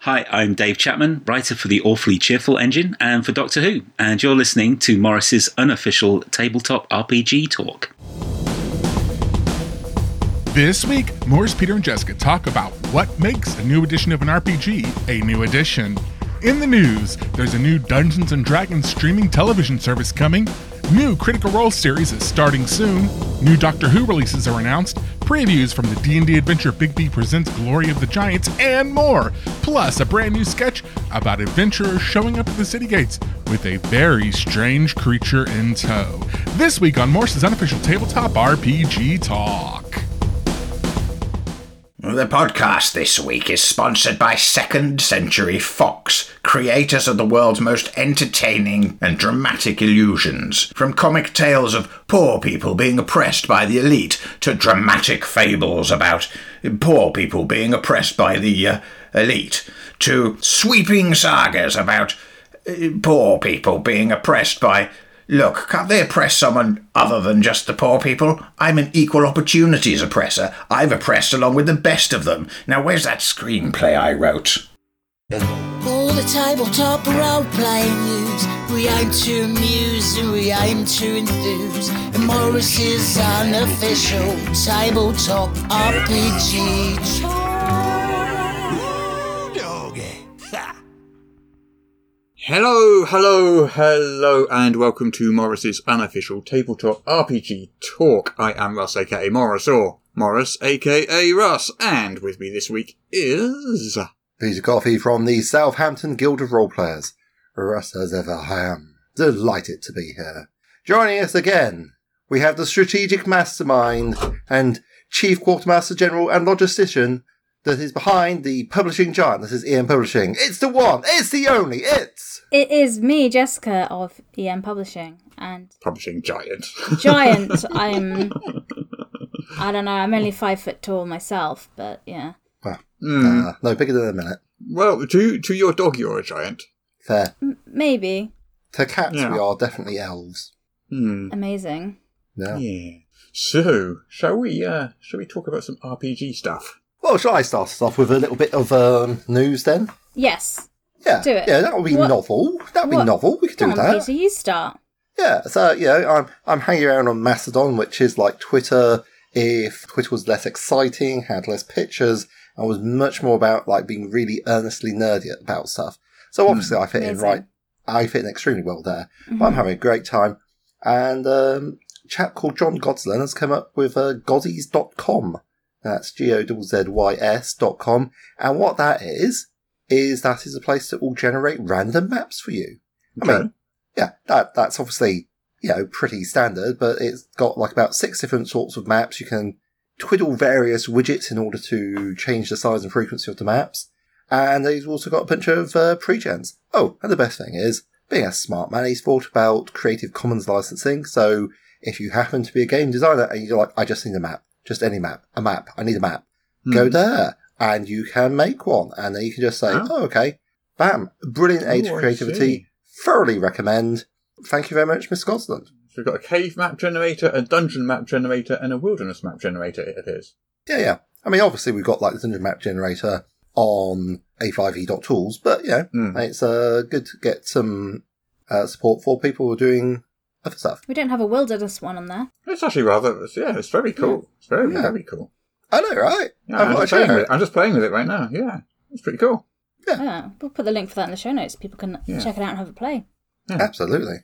Hi, I'm Dave Chapman, writer for the Awfully Cheerful Engine and for Doctor Who, and you're listening to Morris's unofficial tabletop RPG talk. This week, Morris, Peter, and Jessica talk about what makes a new edition of an RPG a new edition. In the news, there's a new Dungeons and Dragons streaming television service coming, new Critical Role series is starting soon, new Doctor Who releases are announced, previews from the D&D adventure Big B presents Glory of the Giants, and more. Plus, a brand new sketch about adventurers showing up at the city gates with a very strange creature in tow. This week on Morse's unofficial tabletop RPG talk. The podcast this week is sponsored by Second Century Fox, creators of the world's most entertaining and dramatic illusions. From comic tales of poor people being oppressed by the elite to dramatic fables about poor people being oppressed by the uh, elite to sweeping sagas about uh, poor people being oppressed by. Look, can't they oppress someone other than just the poor people? I'm an equal opportunities oppressor. I've oppressed along with the best of them. Now, where's that screenplay I wrote? All the tabletop role playing news. We aim to amuse and we aim to enthuse. And Morris's unofficial tabletop RPG. Hello, hello, hello, and welcome to Morris's unofficial tabletop RPG talk. I am Russ, aka Morris, or Morris, aka Russ, and with me this week is. Peter Coffey from the Southampton Guild of Roleplayers. Russ as ever, I am delighted to be here. Joining us again, we have the strategic mastermind and chief quartermaster general and logistician that is behind the publishing giant. This is EM Publishing. It's the one. It's the only. It's It is me, Jessica of EM Publishing, and Publishing Giant. giant. I'm. I don't know. I'm only five foot tall myself, but yeah. well, Hmm. uh, no bigger than a minute. Well, to to your dog, you're a giant. Fair. Maybe To cats, Yeah. we are definitely elves. Hmm. amazing. Yeah. Yeah. So, shall we? Uh, shall we talk about some RPG stuff? Well, shall I start us off with a little bit of um, news then? Yes. Yeah, Do it. Yeah, that would be What- novel. That would be What- novel. We could do Come on, that. Peter, you start. Yeah, so you know, I'm I'm hanging around on Mastodon, which is like Twitter. If Twitter was less exciting, had less pictures, and was much more about like being really earnestly nerdy about stuff. So obviously, I fit in Amazing. right. I fit in extremely well there. But I'm having a great time. And um, a chap called John Godsland has come up with uh, goddies.com. That's G O Z Y S dot com. And what that is, is that is a place that will generate random maps for you. I Okay. mean, yeah, that that's obviously you know pretty standard, but it's got like about six different sorts of maps. You can twiddle various widgets in order to change the size and frequency of the maps, and they've also got a bunch of uh, pre-gens. Oh, and the best thing is, being a smart man, he's thought about Creative Commons licensing. So if you happen to be a game designer and you're like, I just need a map, just any map, a map, I need a map, Hmm. go there, and you can make one, and then you can just say, Ah. oh, okay, bam, brilliant aid Oh, for I creativity see. thoroughly recommend. Thank you very much, Miss Gosland. So we've got a cave map generator, a dungeon map generator, and a wilderness map generator. It appears. Yeah, yeah. I mean, obviously we've got like the dungeon map generator on a5e.tools, but you know, Hmm. it's uh, good to get some uh, support for people who are doing other stuff. We don't have a wilderness one on there. It's actually rather. Yeah, it's very cool. It's very Yeah. very cool. I know, right? Yeah, I've I'm, got just to playing share with it. it. I'm just playing with it right now. Yeah, it's pretty cool. Yeah. Yeah, Oh, we'll put the link for that in the show notes. People can Yeah. check it out and have a play. Hmm. Absolutely.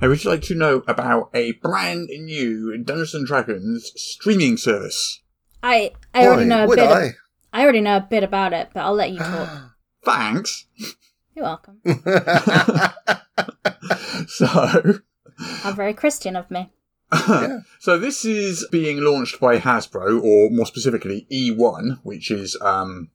I would you like to know about a brand new Dungeons and Dragons streaming service. I I already Why know a would bit. I? I already know a bit about it, but I'll let you talk. Thanks. You're welcome. so, How very Christian of me. so this is being launched by Hasbro, or more specifically E1, which is um,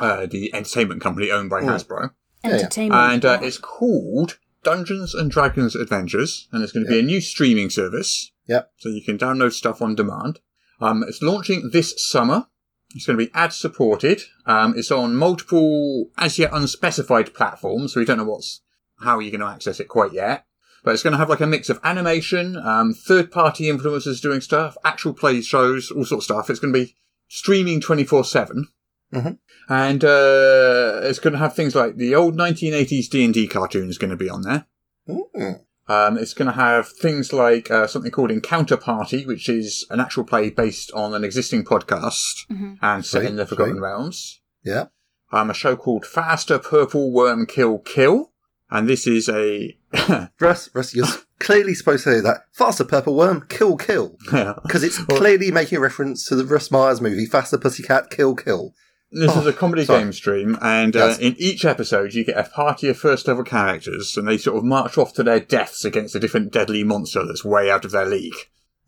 uh, the entertainment company owned by Hmm. Hasbro, Yeah, yeah. Entertainment. and uh, it's called Dungeons and Dragons Adventures, and it's going to be a new streaming service. Yep. so you can download stuff on demand. Um, it's launching this summer. It's going to be ad supported. Um, it's on multiple, as yet unspecified platforms, so we don't know what's how you're going to access it quite yet. But it's going to have like a mix of animation, um, third party influencers doing stuff, actual play shows, all sorts of stuff. It's going to be streaming 24 7. Mhm. And uh, it's going to have things like the old 1980s D&D cartoon is going to be on there. Mm. Um, it's going to have things like uh, something called Encounter Party, which is an actual play based on an existing podcast and set in Right, the Forgotten right. Realms. Yeah. Um, a show called Faster Purple Worm Kill Kill. And this is a. Russ, Russ, you're s- clearly supposed to say that. Faster Purple Worm, Kill Kill. Because it's clearly making a reference to the Russ Myers movie, Faster Pussycat, Kill Kill. This Oh, is a comedy sorry. game stream, and Yes. uh, in each episode, you get a party of first level characters, and they sort of march off to their deaths against a different deadly monster that's way out of their league.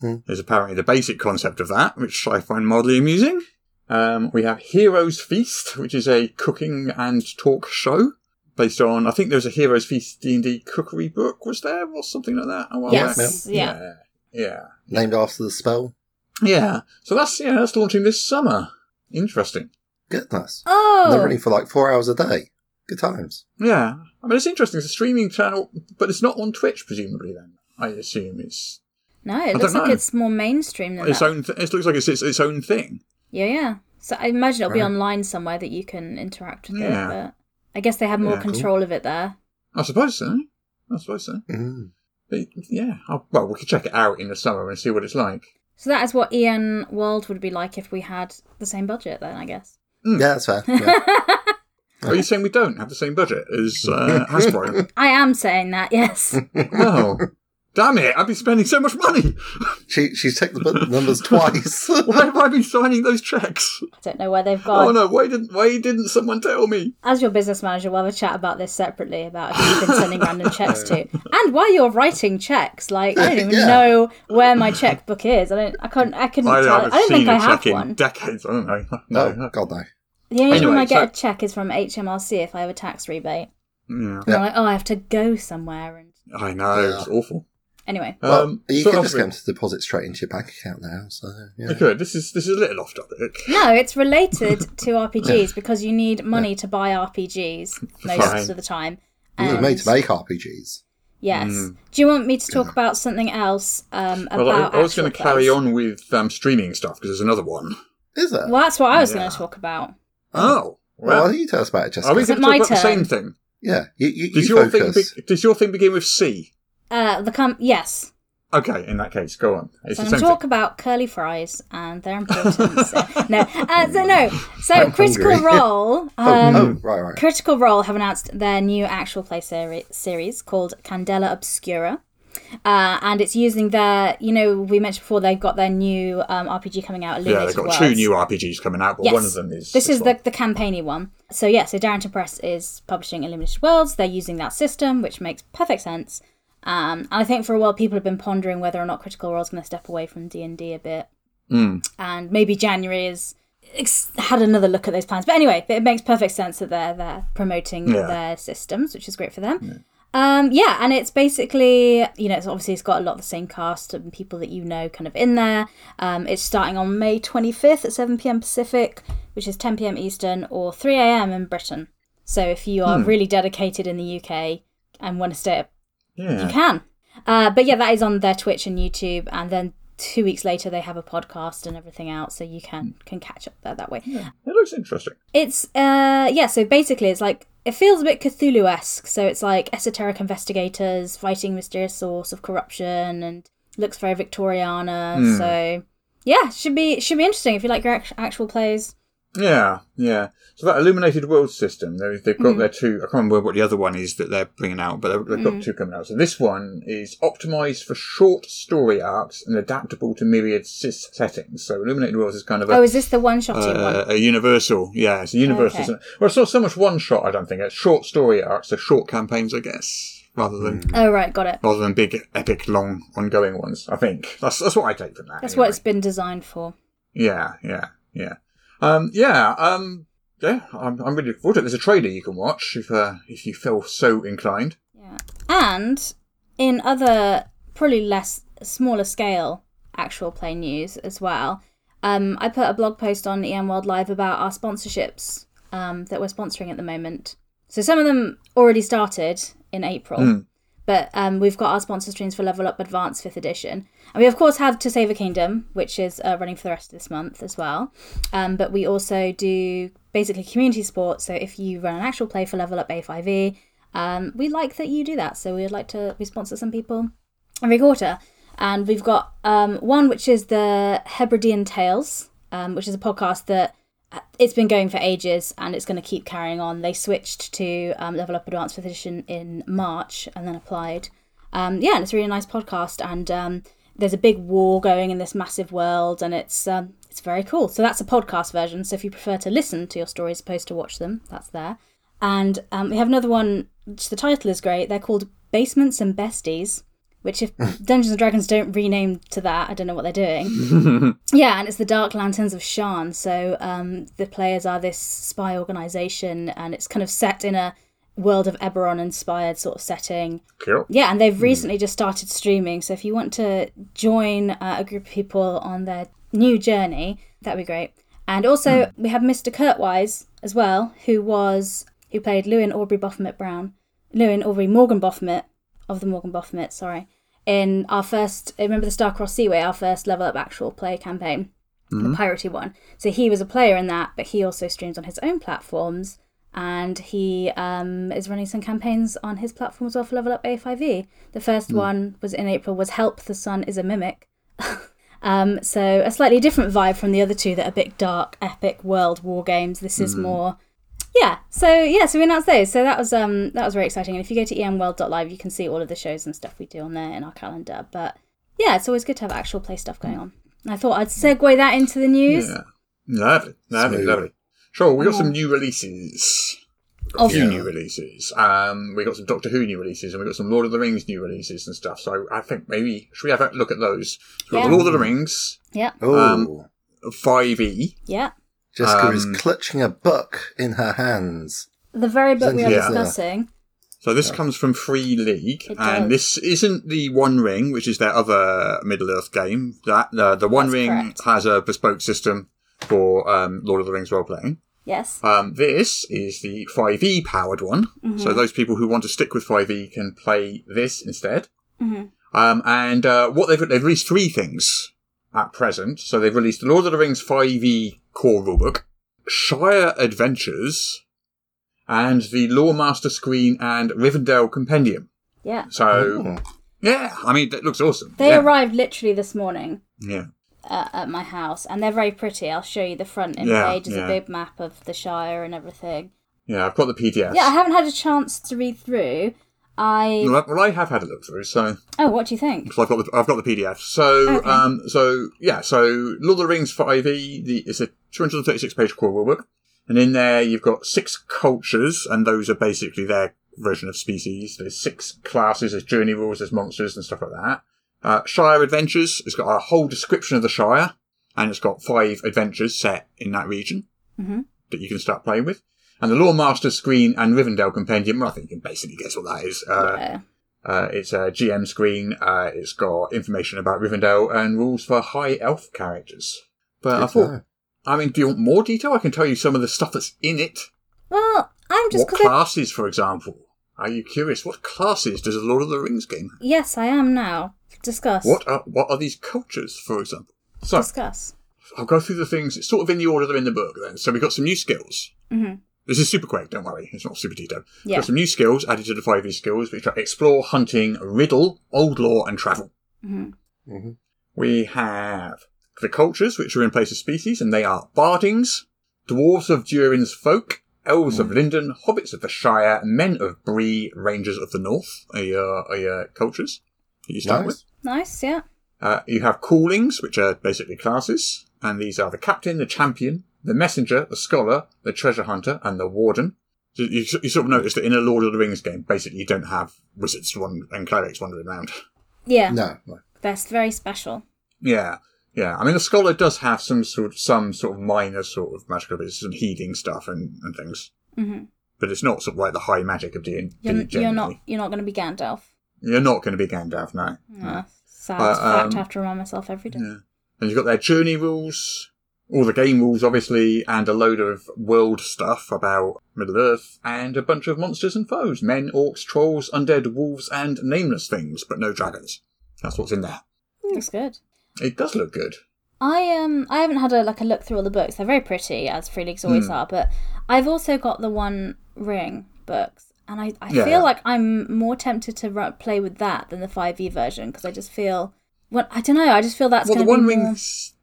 Hmm. There's apparently the basic concept of that, which I find mildly amusing. Um, we have Heroes Feast, which is a cooking and talk show based on, I think there was a Heroes Feast D&D cookery book, was there, or something like that? a while Yes, back? yeah. Yeah. Yeah. Named after the spell. Yeah. So that's, yeah, that's launching this summer. Interesting. Goodness. And they're Oh, running for like four hours a day. Good times. Yeah. I mean, it's interesting. It's a streaming channel, but it's not on Twitch, presumably, then. I assume it's no, I it looks don't like know. it's more mainstream than its that. own. Th- it looks like it's its, its own thing. Yeah, yeah. So I imagine it'll be Right. online somewhere that you can interact with Yeah. it. But I guess they have more Yeah, cool. control of it there. I suppose so. I suppose so. Mm. But, yeah. i well, we could check it out in the summer and see what it's like. So that is what Ian World would be like if we had the same budget. Then I guess. Mm. Yeah, that's fair. Yeah. Are you saying we don't have the same budget as uh, Hasbro? I am saying that. Yes. no. Damn it! I've been spending so much money. she, she's checked the bu- numbers twice. Why have I been signing those checks? I don't know where they've gone. Oh no! Why didn't Why didn't someone tell me? As your business manager, we'll have a chat about this separately about who you've been sending random checks to, and why you're writing checks. Like I don't even Yeah. know where my checkbook is. I don't. I can't. I couldn't I tell. haven't I don't seen think I a have check one. in decades. I don't know. No. no, God, no. The only Anyway, time I get so- a check is from HMRC if I have a tax rebate. Yeah. And Yeah. I'm like, oh, I have to go somewhere. And I know. It's awful. anyway, Uh, Well, Um, so that's you can just been- get them to deposit straight into your bank account now. So, yeah. You could. This is this is a little off topic. no, it's related to RPGs because you need money to buy RPGs most Fine. of the time. You were And- made to make RPGs. Yes. Mm. Do you want me to talk about something else? Um, about Well, I, I was actual going to carry plays? on with um, streaming stuff because there's another one. Is it? Well, that's what I was Yeah. going to talk about. Oh, Well, well, why don't you tell us about it, Jessica? are we Is going it to talk my about the same turn? thing? Yeah, you, you, Does you your focus. thing be, does your thing begin with C? Uh, the com- yes. Okay, in that case, go on. It's So I'm the going same to talk thing. about curly fries and their importance. no, uh, so no. So I'm Critical hungry. Role. Um, Oh, oh, right, right. Critical Role have announced their new actual play seri- series called Candela Obscura. Uh, and it's using their, you know, we mentioned before they've got their new um, RPG coming out. Yeah, they've Illuminated got Worlds. two new RPGs coming out, but one of them is this is one. the, the campaigny one. So yeah, so Darrington Press is publishing Illuminated Worlds. They're using that system, which makes perfect sense. Um, and I think for a while people have been pondering whether or not Critical Role's going to step away from D and D a bit, Mm. and maybe January is ex- had another look at those plans. But anyway, it makes perfect sense that they're they're promoting Yeah. their systems, which is great for them. Um, yeah, and it's basically you know it's obviously it's got a lot of the same cast and people that you know kind of in there. Um, it's starting on May 25th at 7 p.m. Pacific, which is 10 p.m. Eastern or 3 a.m. in Britain. So if you are really dedicated in the UK and want to stay up, Yeah. you can. Uh, but yeah, that is on their Twitch and YouTube, and then two weeks later they have a podcast and everything out, so you can Mm. can catch up there that way. It looks interesting. It's uh yeah, so basically it's like it feels a bit Cthulhu-esque, so it's like esoteric investigators fighting mysterious source of corruption and looks very Victoriana. Hmm. So yeah, should be should be interesting if you like your act- actual plays. Yeah, yeah. So that Illuminated World system, they- they've Mm. got their two. I can't remember what the other one is that they're bringing out, but they've they've Mm. got two coming out. So this one is optimized for short story arcs and adaptable to myriad sys settings. So Illuminated Worlds is kind of a, oh, is this the one shotty uh, one? a universal. Yeah, it's a universal. Okay. isn't it? Well, it's not so much one shot. I don't think it's short story arcs, so short campaigns, I guess, rather than Oh right, got it. rather than big, epic, long, ongoing ones. I think that's that's what I take from that. That's anyway. what it's been designed for. Yeah, yeah, yeah. Um, yeah, um, yeah, I'm, I'm really looking forward to it. There's a trailer you can watch if, uh, if you feel so inclined. Yeah. And in other, probably less, smaller scale actual play news as well, um, I put a blog post on EM World Live about our sponsorships um, that we're sponsoring at the moment. So some of them already started in April. But um, we've got our sponsor streams for Level Up Advanced 5th Edition. And we, of course, have To Save a Kingdom, which is uh, running for the rest of this month as well. Um, but we also do basically community support. So if you run an actual play for Level Up A5E, um, we like that you do that. So we'd like to we sponsor some people every quarter, and we've got um, one which is the Hebridean Tales, um, which is a podcast that uh, it's been going for ages and it's going to keep carrying on. They switched to um, Level Up Advanced Fifth Edition in March and then applied. Um, yeah, and it's a really nice podcast and. Um, there's a big war going in this massive world, and it's um, it's very cool. So that's a podcast version. So if you prefer to listen to your stories as opposed to watch them, that's there. And um, we have another one. Which the title is great. They're called Basements and Besties. Which if Dungeons and Dragons don't rename to that, I don't know what they're doing. yeah, and it's the Dark Lanterns of Shan. So um, the players are this spy organization, and it's kind of set in a world of Eberron inspired sort of setting. Cool. Yeah, and they've recently just started streaming. So if you want to join uh, a group of people on their new journey, that'd be great. And also, we have Mr. Kurtwise as well, who was who played Lewin Aubrey Boffermit Brown, Lewin Aubrey Morgan Boffermit of the Morgan Boffermit, sorry, in our first uh, remember the Starcross Seaway, our first level up actual play campaign, the piratey one. So he was a player in that, but he also streams on his own platforms and he um, is running some campaigns on his platform as well for Level Up A5E. The first one was in April was Help the Sun is a Mimic. um, so a slightly different vibe from the other two that are big dark, epic world war games. This Mm. is more yeah. So yeah, so we announced those. So that was um that was very exciting. And if you go to E emworld.live you can see all of the shows and stuff we do on there in our calendar. But yeah, it's always good to have actual play stuff going on. And I thought I'd segue that into the news Yeah. Lovely, lovely, Smooth. lovely. Sure, we got some new releases. of few new releases. Um, we got some Doctor Who new releases, and we got some Lord of the Rings new releases and stuff. So I think maybe should we have a look at those? So we've got Yeah. Lord of the Rings Yeah, Oh, Um, five E. yeah. Jessica is um, clutching a book in her hands. The very book we are Yeah. discussing. So this comes from Free League, It and does. this isn't the One Ring, which is their other Middle Earth game. That uh, the One That's Ring correct. has a bespoke system for um, Lord of the Rings role playing. Yes. Um, this is the 5e powered one. Mm-hmm. So those people who want to stick with 5e can play this instead. Mm-hmm. Um, and uh, what they've, they've released three things at present. So they've released the Lord of the Rings 5e core rulebook, Shire Adventures, and the Lawmaster Screen and Rivendell Compendium. Yeah. So, uh, Ooh. yeah, I mean, that looks awesome. They yeah. arrived literally this morning Yeah. uh, at my house, and they're very pretty. I'll show you the front end Yeah, page. It's yeah. a big map of the Shire and everything. Yeah, I've got the PDF. Yeah, I haven't had a chance to read through. I Well, I- well, I have had a look through, so. oh, what do you think? So I've got the, I've got the PDF. So Okay. um so yeah so Lord of the Rings for IV the, it's a 236 page core rulebook, and in there you've got six cultures, and those are basically their version of species. There's six classes, there's journey rules, there's monsters and stuff like that. Uh, Shire Adventures, it's got a whole description of the Shire, and it's got five adventures set in that region Mhm. that you can start playing with. And the Lawmaster Screen and Rivendell Compendium, well, I think you can basically guess what that is. Uh, yeah. uh, it's a GM screen. Uh, it's got information about Rivendell and rules for high elf characters. But I Good to thought, know. I mean, do you want more detail? I can tell you some of the stuff that's in it. Well, I'm just What because. I... classes, for example? Are you curious? What classes does the Lord of the Rings game have? Yes, I am now. Discuss. What are what are these cultures, for example? So Discuss. I'll go through the things. It's sort of in the order they're in the book. Then, so we've got some new skills. hmm This is super quick. Don't worry, it's not super detailed. We've Yeah. Got some new skills added to the five E skills, which are explore, hunting, riddle, old law, and travel. hmm Mhm. We have the cultures, which are in place of species, and they are Bardings, Dwarves of Durin's Folk, Elves of Linden, Hobbits of the Shire, Men of Bree, Rangers of the North are your, are your cultures that you start Nice. with. Nice. Yeah. Uh, you have callings, which are basically classes, and these are the captain, the champion, the messenger, the scholar, the treasure hunter, and the warden. So you, you sort of notice that in a Lord of the Rings game, basically you don't have wizards wan- and clerics wandering around. Yeah. No, no. That's very special. Yeah, yeah. I mean, the scholar does have some sort, some sort of minor sort of magical abilities, some healing stuff and, and things, hmm but it's not sort of like the high magic of D and You're, you're not. generally. You're not going to be Gandalf. You're not going to be Gandalf, no. Uh, sad But, fact. um, I have to remind myself every day. Yeah. And you've got their journey rules, all the game rules, obviously, and a load of world stuff about Middle Earth, and a bunch of monsters and foes men, orcs, trolls, undead, wolves, and nameless things, but no dragons. That's what's in there. Looks good. It does look good. I um I haven't had a like a look through all the books. They're very pretty, as Free Leagues Hmm. always are, but I've also got the One Ring books, and I, I Yeah, feel yeah. like I'm more tempted to ru- play with that than the Five E version because I just feel what I don't know. I just feel that's well, the going to one be ring, more-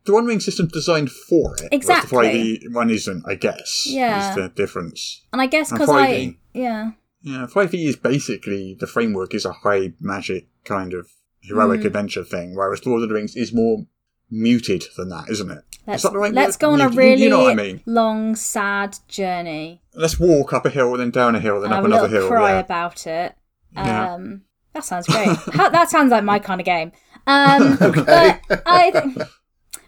the one ring system's designed for it. whereas The Exactly. five E one isn't, I guess. Yeah. is the difference. and I guess and E. because 5E. I yeah Yeah, five E is basically the framework is a high magic kind of heroic Mm-hmm. adventure thing, whereas Lord of the Rings is more muted than that, isn't it? Is let's that the right let's word? go on a You- you- really you know what I mean. long sad journey Let's walk up a hill, then down a hill, then and up have a another little hill. cry yeah. about it. Um, Yeah. That sounds great. How, that sounds like my kind of game. Um, But I think,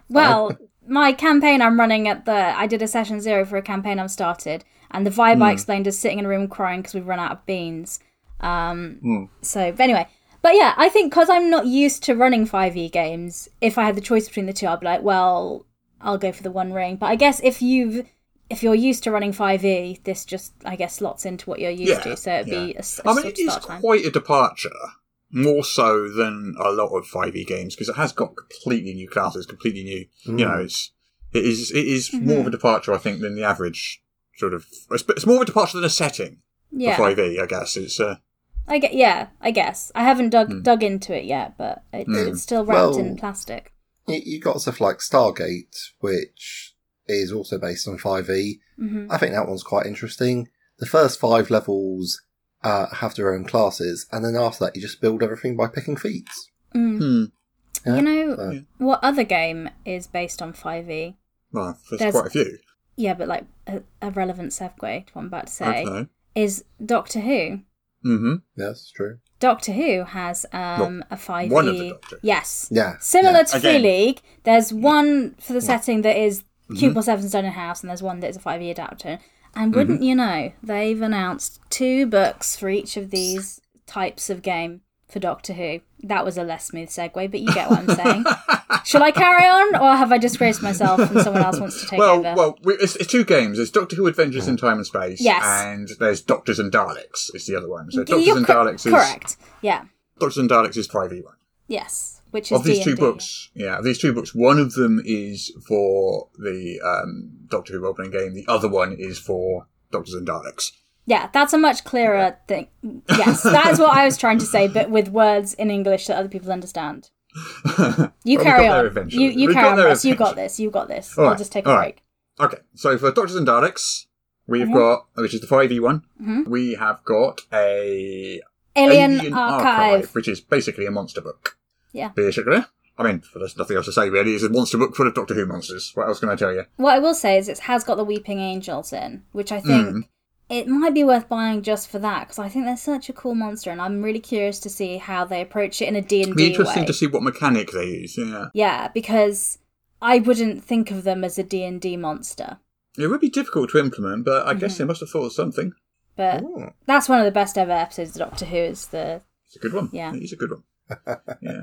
well, my campaign I'm running at the, I did a session zero for a campaign I've started, and the vibe Hmm. I explained is sitting in a room crying because we've run out of beans. Um, So, but anyway. But yeah, I think because I'm not used to running 5e games, if I had the choice between the two, I'd be like, well, I'll go for the one ring. But I guess if you've if you're used to running 5e, this just I guess slots into what you're used yeah, to, so it'd be yeah. a, s- a I mean, sort it of is start time. quite a departure, more so than a lot of five E games, because it has got completely new classes, completely new. You know, it's it is it is Mm-hmm. more of a departure, I think, than the average sort of. It's, it's more of a departure than a setting yeah, for five E, I guess. It's uh, I get. Yeah, I guess I haven't dug dug into it yet, but it, it's still wrapped in Well- plastic. You, you got stuff like Stargate, which is also based on 5e. Mhm. I think that one's quite interesting. The first five levels uh, have their own classes, and then after that, you just build everything by picking feats. Mm. hmm. Yeah. You know So- what other game is based on 5e? Well, there's, There's- quite a few. Yeah, but like a, a relevant segue to what I'm about to say Okay. is Doctor Who. Mm-hmm. Yeah, that's true. Doctor Who has um, a five one of the Doctor. Yes. Yeah, Similar yeah. to Again. Free League, there's one for the setting that is Mm-hmm. Cubable Seven Stone in House, and there's one that is a five E adapter. And wouldn't you know, they've announced two books for each of these types of game for Doctor Who. That was a less smooth segue, but you get what I'm saying. Shall I carry on, or have I disgraced myself and someone else wants to take Well, over? well, we- it's, it's two games. There's Doctor Who Adventures in Time and Space, Yes. and there's Doctors and Daleks. Is the other one. So You're Doctors and cor- Daleks is correct. Yeah. Doctors and Daleks is five E one. Yes. Which is of these 2 D&D. books, yeah, of these two books, one of them is for the um, Doctor Who role-playing game. The other one is for Doctors and Daleks. Yeah, that's a much clearer thing. Yes, that is what I was trying to say, but with words in English that other people understand. You Well, we carry got there on. eventually. You, you We carry got on, there Russ. You got eventually. this. You got this. All I'll right, just take a all break. right. Okay, so for Doctors and Daleks, we've Mm-hmm. got which is the five E one. We have got a Alien, Archive. which is basically a monster book. Yeah. Basically. I mean, there's nothing else to say really. It's a monster book full of Doctor Who monsters. What else can I tell you? What I will say is it has got the Weeping Angels in, which I think Mm. it might be worth buying just for that because I think they're such a cool monster, and I'm really curious to see how they approach it in a D and It'd be D interesting way. to see what mechanic they use. Yeah, Yeah, because I wouldn't think of them as a D and D monster, it would be difficult to implement, but I guess they must have thought of something. but Ooh. that's one of the best ever episodes of Doctor Who. Is the It's a good one. Yeah. it's a good one. Yeah.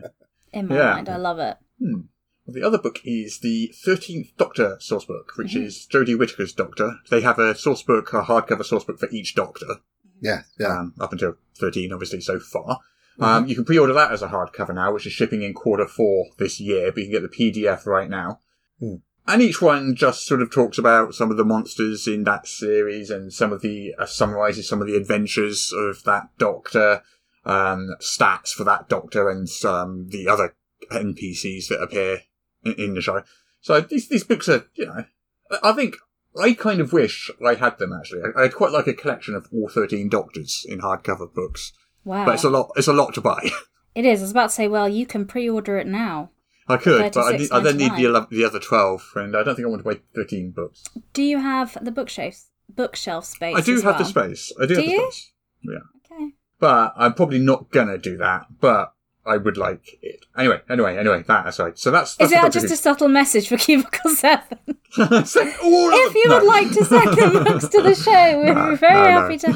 in my Yeah. mind, I love it. Hmm. Well, the other book is the Thirteenth Doctor source book, which is Jodie Whittaker's Doctor. They have a source book, a hardcover source book for each Doctor. Yeah, yeah. um, up until 13, obviously, so far. Um, you can pre-order that as a hardcover now, which is shipping in quarter four this year, but you can get the PDF right now. Hmm. And each one just sort of talks about some of the monsters in that series and some of the, uh, summarizes some of the adventures of that Doctor, um, stats for that Doctor and um, the other NPCs that appear in, in the show. So these, these books are, you know, I- I think I kind of wish I had them actually. I- I'd quite like a collection of all thirteen Doctors in hardcover books, Wow, but it's a lot. It's a lot to buy. It is. I was about to say, well, you can pre-order it now. I could, but I, need, I then need the, 36.99. 11, the other twelve, and I don't think I want to buy thirteen books. Do you have the bookshelf bookshelf space? I do as have the well? space. I do, Do have the you? space. Yeah, Okay. but I'm probably not gonna do that. But I would like it anyway. Anyway, anyway. That aside, so that's, Is that's that the just a subtle message for Cubicle Seven? Doctor Who. Send all of if them- you no. would like to send the books to the show, we'd No, be very no, no. happy to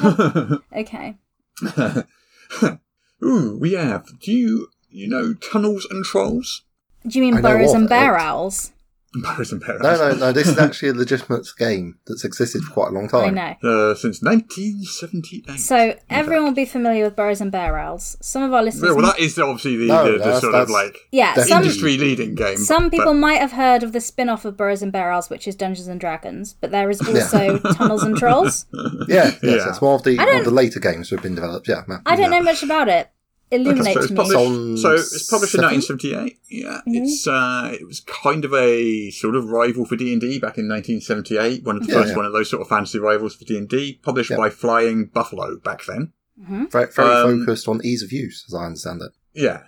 help. Okay. Ooh, we have. Do you you know tunnels and trolls? Do you mean I know burrows of and it. bear owls? Paris and Paris. No, no, no. This is actually a legitimate game that's existed for quite a long time. I know. Uh, since 1978. So everyone will be familiar with Burrows and Barrels. Some of our listeners, Yeah, well, that is obviously the, No, the, the that's- sort that's- of like yeah, some definitely. industry leading game. some but- people might have heard of the spin-off of Burrows and Barrels, which is Dungeons and Dragons, but there is also Tunnels and Trolls. Yeah, yes, Yeah. that's one of the I one of don't- the later games that have been developed. Yeah, man. I don't know much about it. Illuminate so, it's to Mm-hmm. published, me. so it's published in Some- 1978. Yeah, it's uh, it was kind of a sort of rival for D and D back in 1978. One of the Yeah, first yeah. one of those sort of fantasy rivals for D and D, published Yeah. by Flying Buffalo back then. very, very Um, focused on ease of use, as I understand it. Yeah,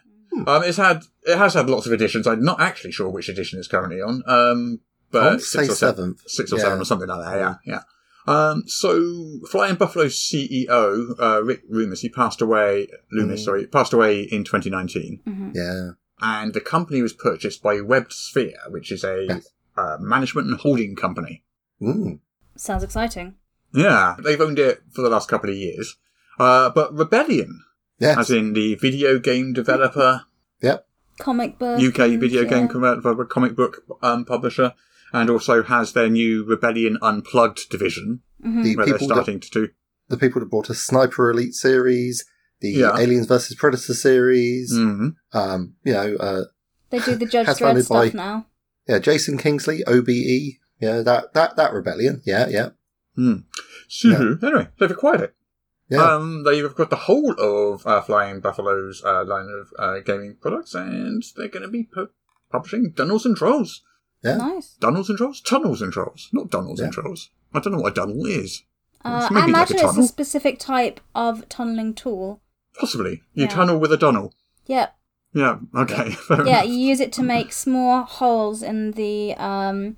um, it's had it has had lots of editions. I'm not actually sure which edition it's currently on. Um, I but want to six say or seven, seventh. six or Yeah. Hmm. seven or something like that. Yeah, yeah. Um, so Flying Buffalo CEO uh, Rick Loomis, he passed away. Hmm. Loomis, sorry, passed away in 2019. Mm-hmm. Yeah, and the company was purchased by Web Sphere, which is a Yes. uh, management and holding company. mm. Sounds exciting. Yeah, they've owned it for the last couple of years. Uh, but Rebellion, yeah, as in the video game developer, yep. Comic book. UK and- video yeah. game developer, comic book um, publisher, and also has their new Rebellion Unplugged division, Mm-hmm. The where they're people that, starting to do. the people that bought a Sniper Elite series, the Yeah. Aliens versus Predator series. Mhm. Um, you know, uh, They do the Judge Has Dredd funded by- stuff now. yeah, Jason Kingsley, OBE. Yeah, that that that rebellion. Yeah, yeah, Mm. So, anyway, they've acquired it. yeah. Um, they've got the whole of uh, Flying Buffalo's uh, line of uh, gaming products, and they're going to be pu- publishing Dunnels and Trolls. Yeah. Uh, Nice. Dunnels and Trolls? Tunnels and Trolls. Not Dunnels and Yeah. Trolls. I don't know what a Dunnel is. Uh, It's I maybe like imagine a it's a tunnel. specific type of tunneling tool. Possibly. You Yeah. tunnel with a Dunnel. Yep. Yeah, okay. fair Yeah, enough. you use it to make small holes in the um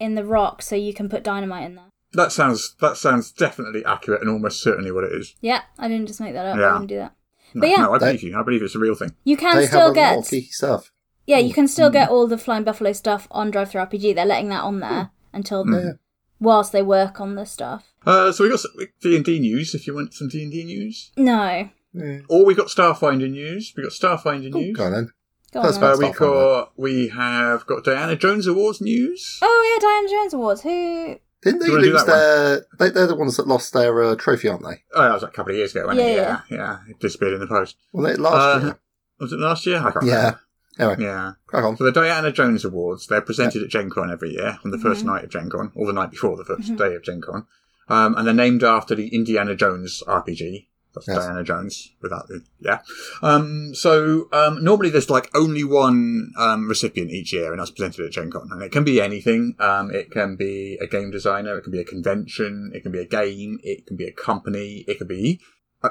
in the rock so you can put dynamite in there. That sounds that sounds definitely accurate and almost certainly what it is. Yeah, I didn't just make that up. I Yeah. didn't do that. No, But yeah. no I They- believe you. I believe it's a real thing. You can they have still a Mm. lot get of geeky stuff. Yeah, you can still get all the Flying Buffalo stuff on Drive Through RPG. They're letting that on there Hmm. until the, Yeah. whilst they work on this stuff. Uh, so we got some D&D news if you want some D&D news. No. Yeah. Or we got Starfinder news. We got Starfinder Cool, news. go on then. Go That's on. Uh, then. about- we Let's not find got we have got Diana Jones Awards news. Oh yeah, Diana Jones Awards. Who Didn't Do they you wanna do lose that one? their? They, they're the ones that lost their uh, trophy, aren't they? Oh, that was like a couple of years ago, wasn't it? Yeah, Yeah, yeah. It disappeared in the post. Well, they last Uh, Was it last year? I can't year. Yeah. Anyway, remember. Yeah. crack on. So the Diana Jones Awards, they're presented at Gen Con every year on the 1st night of Gen Con, or the night before the 1st day of Gen Con. Um, and they're named after the Indiana Jones RPG. That's Yes. Diana Jones without the, yeah. Um, so, um, normally there's like only one, um, recipient each year and that's presented at Gen Con. And it can be anything. Um, it can be a game designer. It can be a convention. It can be a game. It can be a company. It can be uh,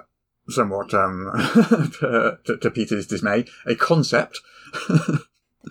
somewhat, um, to, to, to Peter's dismay, a concept. the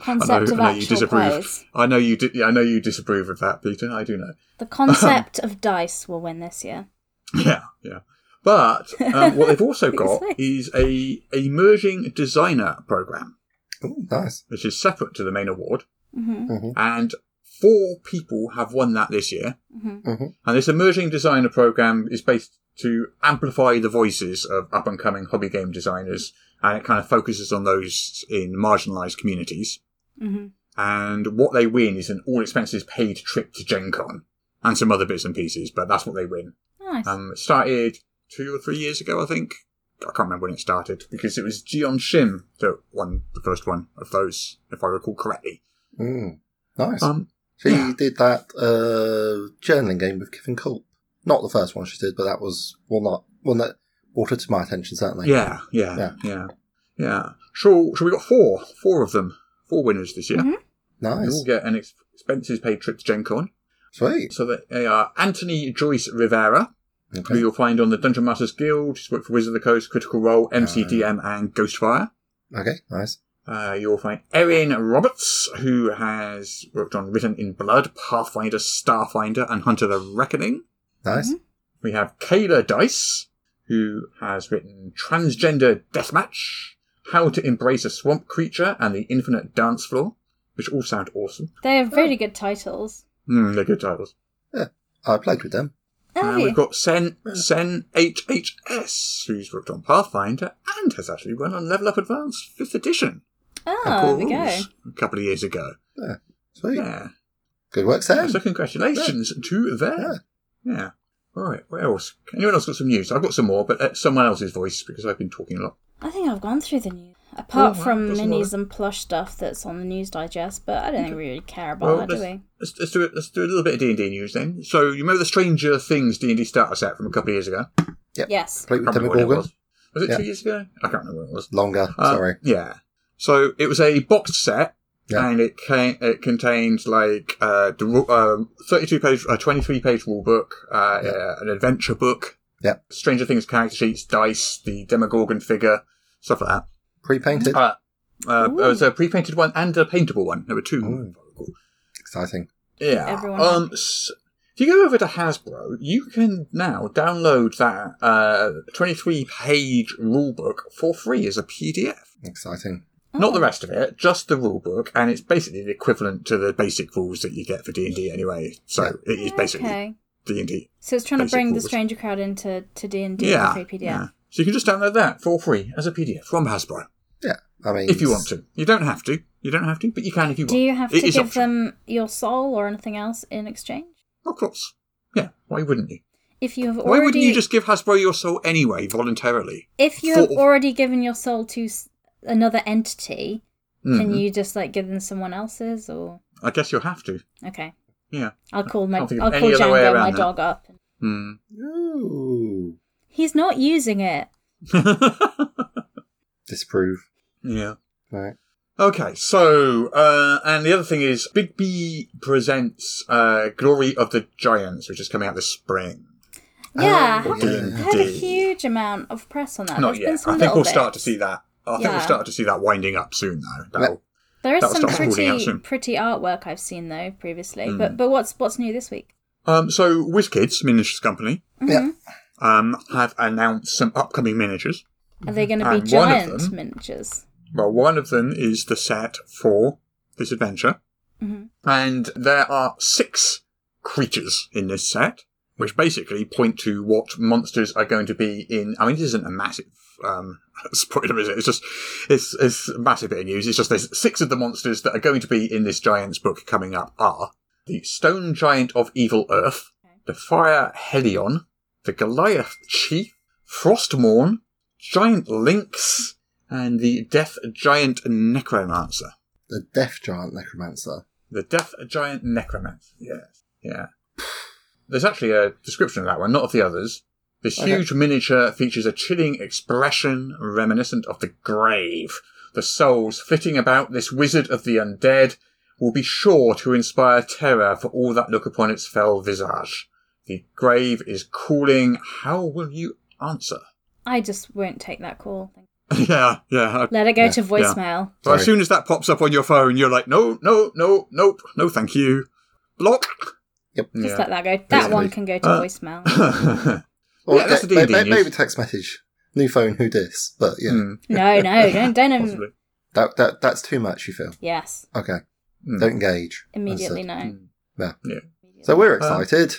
concept of actual plays. I know you. Di- yeah, I know you disapprove of that, Peter. I do know. The concept of dice will win this year. Yeah, yeah. But um, what they've also got is a emerging designer program, Ooh, nice. which is separate to the main award, hmm hmm and four people have won that this year. hmm hmm And this emerging designer program is based to amplify the voices of up and coming hobby game designers, and it kind of focuses on those in marginalised communities. hmm and what they win is an all expenses paid trip to Gen Con and some other bits and pieces, but that's what they win. Nice. Um, it started two or three years ago, I think. I can't remember when it started because it was Gion Shim that won the first one of those, if I recall correctly. Mm. Nice. Um, she yeah. did that uh, journaling game with Kevin Culp. Not the first one she did, but that was one that one that brought it to my attention certainly. yeah, yeah, yeah, Yeah. yeah, Sure, so we got four, four of them, four winners this year. They Nice. all get an ex- expenses paid trip to Gen Con. Sweet. So that they are Anthony Joyce Rivera, who Okay. you'll find on the Dungeon Masters Guild. She's worked for Wizard of the Coast, Critical Role, MCDM, and Ghostfire. okay. Nice. Uh, you'll find Erin Roberts, who has worked on Written in Blood, Pathfinder, Starfinder, and Hunter the Reckoning. Nice. We have Kayla Dice, who has written Transgender Deathmatch, How to Embrace a Swamp Creature, and The Infinite Dance Floor, which all sound awesome. They have really good titles. Mm, they're good titles. I played with them. Oh, And have you? we've got Sen Sen HHS, who's worked on Pathfinder and has actually run on Level Up Advanced Fifth Edition. oh there we Rules go. A couple of years ago. Yeah. Sweet. Yeah. Good work, Sam. So congratulations to them. Yeah. All right. What else? Anyone else got some news? I've got some more, but at someone else's voice because I've been talking a lot. I think I've gone through the news. Apart Oh, wow, from that's a lot. minis and plush stuff that's on the news digest, but I don't think we really care about that, do let's, we? let's, let's do it. Let's do a little bit of D and D news then. So you remember the Stranger Things D and D starter set from a couple of years ago? Yep. Yes. Complete with Can't remember when it Demogorgon. was. Was it Yeah. two years ago? I can't remember when it was. Longer. Uh, Sorry. Yeah. So it was a boxed set, Yeah. and it came, it contained like uh, the ru- um thirty-two page, uh, twenty-three page rule book, uh, uh, an adventure book, Yep. Stranger Things character sheets, dice, the Demogorgon figure, stuff like Pre-painted. that. Uh, uh, there was a pre-painted one and a paintable one. There were two. Exciting. Yeah. Everyone um, s if you go over to Hasbro, you can now download that uh, 23 page rulebook for free as a PDF. Exciting. Not Oh. the rest of it, just the rule book, and it's basically the equivalent to the basic rules that you get for D and D anyway. So it is basically Okay. D and D. So it's trying to basic bring the rules. stranger crowd into to D and D Yeah, free PDF. yeah. So you can just download that for free as a PDF from Hasbro Yeah. I mean, if you want to. You don't have to. You don't have to, but you can if you want. Do you have It to is give optional. them your soul or anything else in exchange? Of course. Yeah. Why wouldn't you? If you have Why already, wouldn't you just give Hasbro your soul anyway, voluntarily? if you have Thought of- already given your soul to s- another entity, can Mhm. you just like give them someone else's or I guess you'll have to. okay? Yeah. I'll call my Can't think of I'll any call other way Django my around that. dog up. Hmm. Ooh. He's not using it. Disprove. yeah. Right. Okay, so uh, and the other thing is Big B presents uh, Glory of the Giants, which is coming out this spring. Yeah, Oh, I haven't yeah. heard a Indeed. huge amount of press on that. Not Ah, There's yet. been I some think little we'll start to bits. see that. I think we'll Yeah. start to see that winding up soon, though. Let- That'll- There is That'll some start falling out pretty soon. pretty artwork I've seen though previously. Mm. But but what's what's new this week? Um, so WizKids Miniatures Company Yeah. um, have announced some upcoming miniatures. Are they going to be Mm-hmm. And one of giant them- miniatures? Well, one of them is the set for this adventure, Mhm. and there are six creatures in this set, which basically point to what monsters are going to be in. I mean, this isn't a massive um, spoiler, is it? It's just it's it's a massive bit of news. It's just there's six of the monsters that are going to be in this giants book coming up are the stone giant of evil earth, the fire helion, the goliath chief, frostmorn, giant lynx, and the death giant necromancer. The Death Giant Necromancer. The Death Giant Necromancer. Yes. Yeah. There's actually a description of that one, not of the others. This Okay. huge miniature features a chilling expression reminiscent of the grave. The souls flitting about this wizard of the undead will be sure to inspire terror for all that look upon its fell visage. The grave is calling. How will you answer? I just won't take that call. yeah, yeah. I- Let it go Yeah. to voicemail. So as Sorry. soon as that pops up on your phone, you're like, no, no, no, nope, no, thank you. Block. Yep. Just Yeah. let that go. That Basically. one can go to Uh, voicemail. Or yeah, that's the may- D&D may- news. maybe text message. New phone, who dis? But yeah, Hmm. No, no, don't don't. Im- Possibly. that, that that's too much, you feel. yes, Okay. Mm. Don't engage. immediately That's no. it. Yeah. Yeah. So we're excited.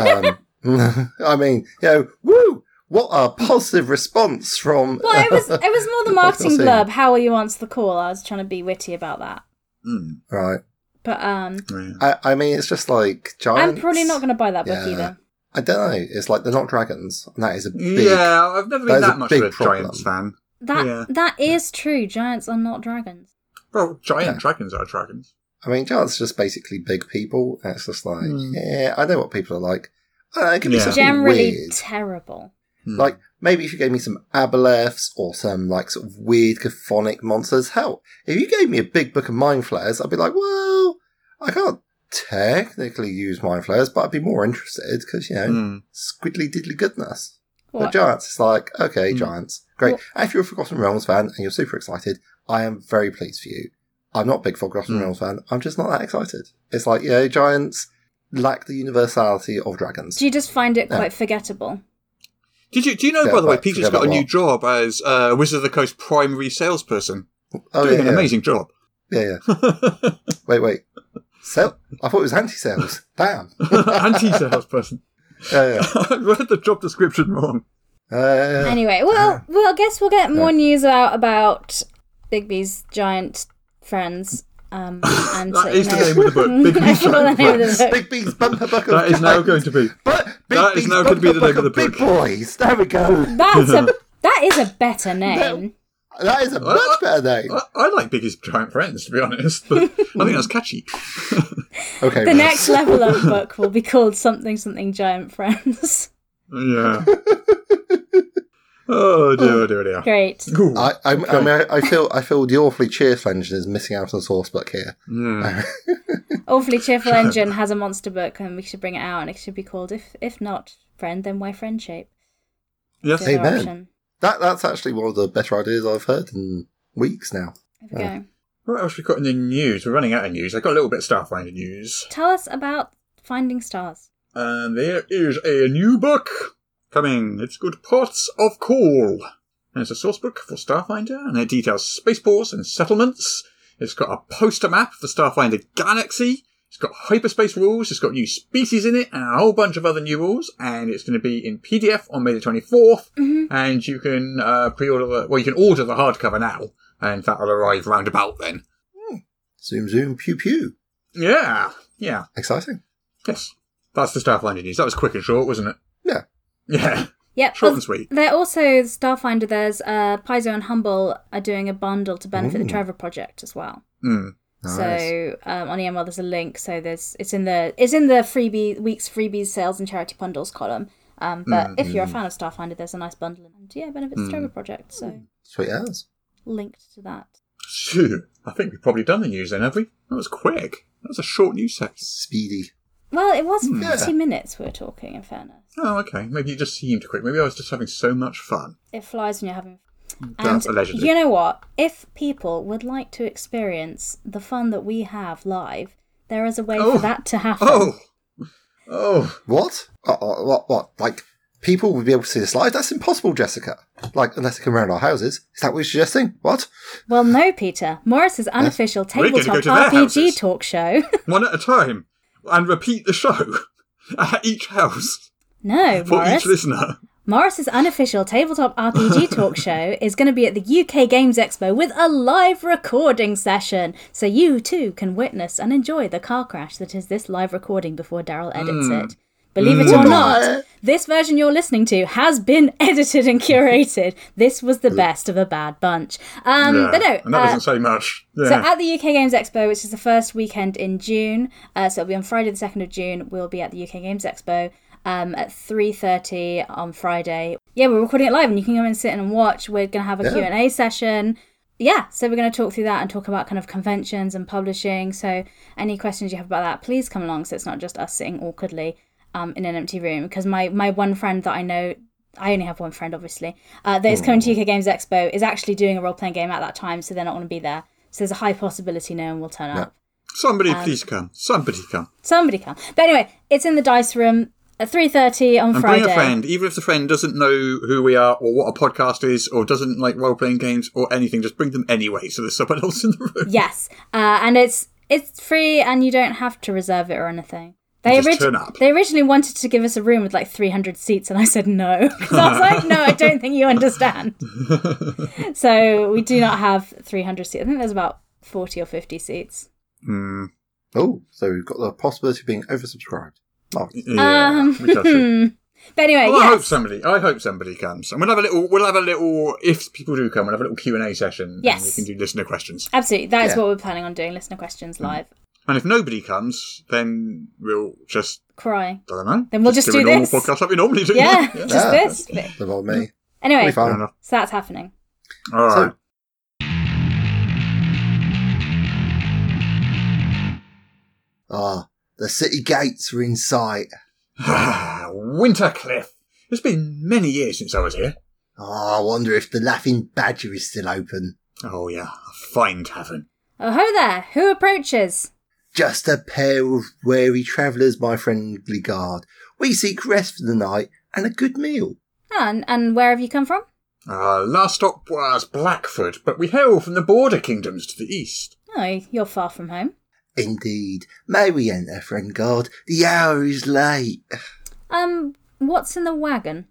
um, I mean, you know, woo! What a positive response from. Well, it was it was more the What you're marketing saying. blurb. How will you answer the call? I was trying to be witty about that, Mm. Right. but um, Yeah. I, I mean, it's just like giants. I'm probably not going to buy that book Yeah. either. I don't know. It's like they're not dragons, and that is a big. Yeah, I've never that been is that a much of big a problem. Giants fan. That Yeah. that is true. Giants are not dragons. Well, giant Yeah. dragons are dragons. I mean, giants are just basically big people. and it's just like, yeah, I know what people are like. I don't know, it could be Hmm. Yeah. something Generally weird. terrible. Hmm. Like maybe if you gave me some aboleths or some like sort of weird cacophonic monsters, hell, if you gave me a big book of mind flares, I'd be like, well, I can't technically use mind flares, but I'd be more interested because you know, Hmm. squiddly diddly goodness. What? But giants, it's like Hmm. okay, giants, great. What- And if you're a Forgotten Realms fan and you're super excited, I am very pleased for you. I'm not a big Forgotten Hmm. Realms fan. I'm just not that excited. It's like you know, giants lack the universality of dragons. Do you just find it Yeah. quite forgettable? Did you do you know Yeah, by the way, but Peter's forget got a about new what? job as uh, Wizard of the Coast primary salesperson, oh, doing yeah, an yeah. amazing job. Yeah, yeah. wait, wait. Sell? I thought it was anti-sales. Damn. Anti salesperson. Yeah, yeah. I read the job description wrong. Uh, Anyway, well, well, I guess we'll get more news out about Bigby's giant friends Um, and That so, is you the know- name of the book. Big I Bee's forgot the name of the book. Big B's bumper buckle. That is now going to be. But Big That is B's now bumper going to be the name buckle of the Big book. boys. There we go. That's a that is a better name. That is a much better name. I, I like Biggie's Giant Friends, to be honest, but I think that's catchy. Okay. The Russ. next level up book will be called something something giant friends. Yeah. oh dear, oh dear, dear. Great. Cool. I, I, I mean, I, I feel I feel the awfully cheerful engine is missing out on the source book here. Awfully cheerful engine has a monster book, and we should bring it out, and it should be called if if not friend, then why friend shape. yes. Good Amen. option. That that's actually one of the better ideas I've heard in weeks now. There we go. What else we got in the news? We're running out of news. I got a little bit of Starfinder news. Tell us about finding stars. And there is a new book coming. It's called Pots of Coal. And it's a source book for Starfinder, and it details spaceports and settlements. It's got a poster map for Starfinder Galaxy. It's got hyperspace rules. It's got new species in it, and a whole bunch of other new rules. And it's going to be in PDF on May the 24th. And you can uh, pre-order the, well, you can order the hardcover now. And that'll arrive round about then. Zoom zoom pew pew. Yeah. Yeah. Exciting. Yes. That's the Starfinder news. That was quick and short, wasn't it? Yeah. Yeah. Yep. Short Oh, and sweet. They're also Starfinder. There's uh, Paizo and Humble are doing a bundle to benefit the Trevor Project as well. Mm. So um, on EML there's a link. So there's it's in the it's in the freebie week's freebies sales and charity bundles column. Um, but Mm, if you're a fan of Starfinder, there's a nice bundle and yeah, benefits the Trevor Project. So Mm. Sweet as. linked to that. Phew. I think we've probably done the news then, have we? That was quick. That was a short news section. Speedy. Well, it was 40 Hmm. Yeah. minutes we were talking. In fairness, Oh, okay. Maybe it just seemed quick. Maybe I was just having so much fun. it flies when you're having. And Mm, That's allegedly. you know what? If people would like to experience the fun that we have live, there is a way Oh. for that to happen. Oh! Oh! What? Uh, uh, what? What? Like people would be able to see the slide? That's impossible, Jessica. Like unless they come around our houses. Is that what you're suggesting? What? Well, no, Peter. Morris's unofficial We're gonna go tabletop to their RPG houses. talk show. One at a time. And repeat the show at each house no, for Morris. each listener. Morris's unofficial tabletop RPG talk show is going to be at the UK Games Expo with a live recording session, so you too can witness and enjoy the car crash that is this live recording before Daryl edits Hmm. it. Believe it or not, this version you're listening to has been edited and curated. This was the best of a bad bunch. Um, Yeah. But no, and that uh, doesn't say much. Yeah. so at the UK Games Expo, which is the first weekend in June, uh, so it'll be on Friday the second of June. We'll be at the UK Games Expo um, at three thirty on Friday. Yeah, we're recording it live, and you can come and sit and watch. We're going to have a Yeah. Q and A session. Yeah, so we're going to talk through that and talk about kind of conventions and publishing. So any questions you have about that, please come along. So it's not just us sitting awkwardly um, in an empty room. Because my my one friend that I know I only have one friend, obviously, uh, that is coming Hmm. to UK Games Expo is actually doing a role playing game at that time, so they're not going to be there. So there's a high possibility no one will turn up. Somebody um, please come. Somebody come. Somebody come. But anyway, it's in the dice room at three thirty on And Friday. bring a friend, even if the friend doesn't know who we are or what a podcast is or doesn't like role playing games or anything, just bring them anyway so there's someone else in the room. Yes, uh, and it's it's free, and you don't have to reserve it or anything. They, Just turn up. they originally wanted to give us a room with like 300 seats, and I said no. 'Cause I was like, no, I don't think you understand. so we do not have 300 seats. I think there's about 40 or 50 seats. Hmm. Oh, so we've got the possibility of being oversubscribed. Oh, Yeah, Um, we shall see. But anyway, Well, I hope yes. somebody. I hope somebody comes, and we'll have a little. We'll have a little. If people do come, we'll have a little Q and A session. and Yes. we can do listener questions. Absolutely. That is Yeah. Mm-hmm. what we're planning on doing listener questions live. And if nobody comes, then we'll just Cry. I don't know. Then we'll just do a normal this. podcast like we normally do. Yeah, Yeah. just this. But the old me. anyway, Pretty Fair fun. enough. so that's happening. All right. So- Ah, the city gates are in sight. Wintercliff. It's been many years since I was here. Ah, I wonder if the Laughing Badger is still open. Oh yeah, a fine tavern. Oh ho there! Who approaches? Just a pair of wary travellers, my friendly guard. We seek rest for the night and a good meal. Ah, and, and where have you come from? Our Ah, last stop was Blackford, but we hail from the border kingdoms to the east. Oh, you're far from home. Indeed. May we enter, friend guard? The hour is late. Um, what's in the wagon?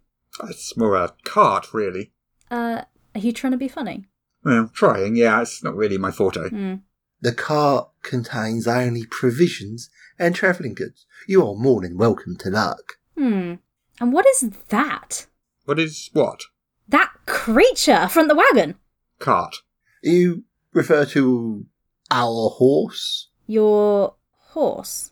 It's more a cart, really. Uh, are you trying to be funny? Well, trying. Yeah, it's not really my forte. Mm. The cart contains only provisions and travelling goods. You are more than welcome to look. Hmm. And what is that? What is what? That creature from the wagon. Cart. You refer to our horse? Your horse.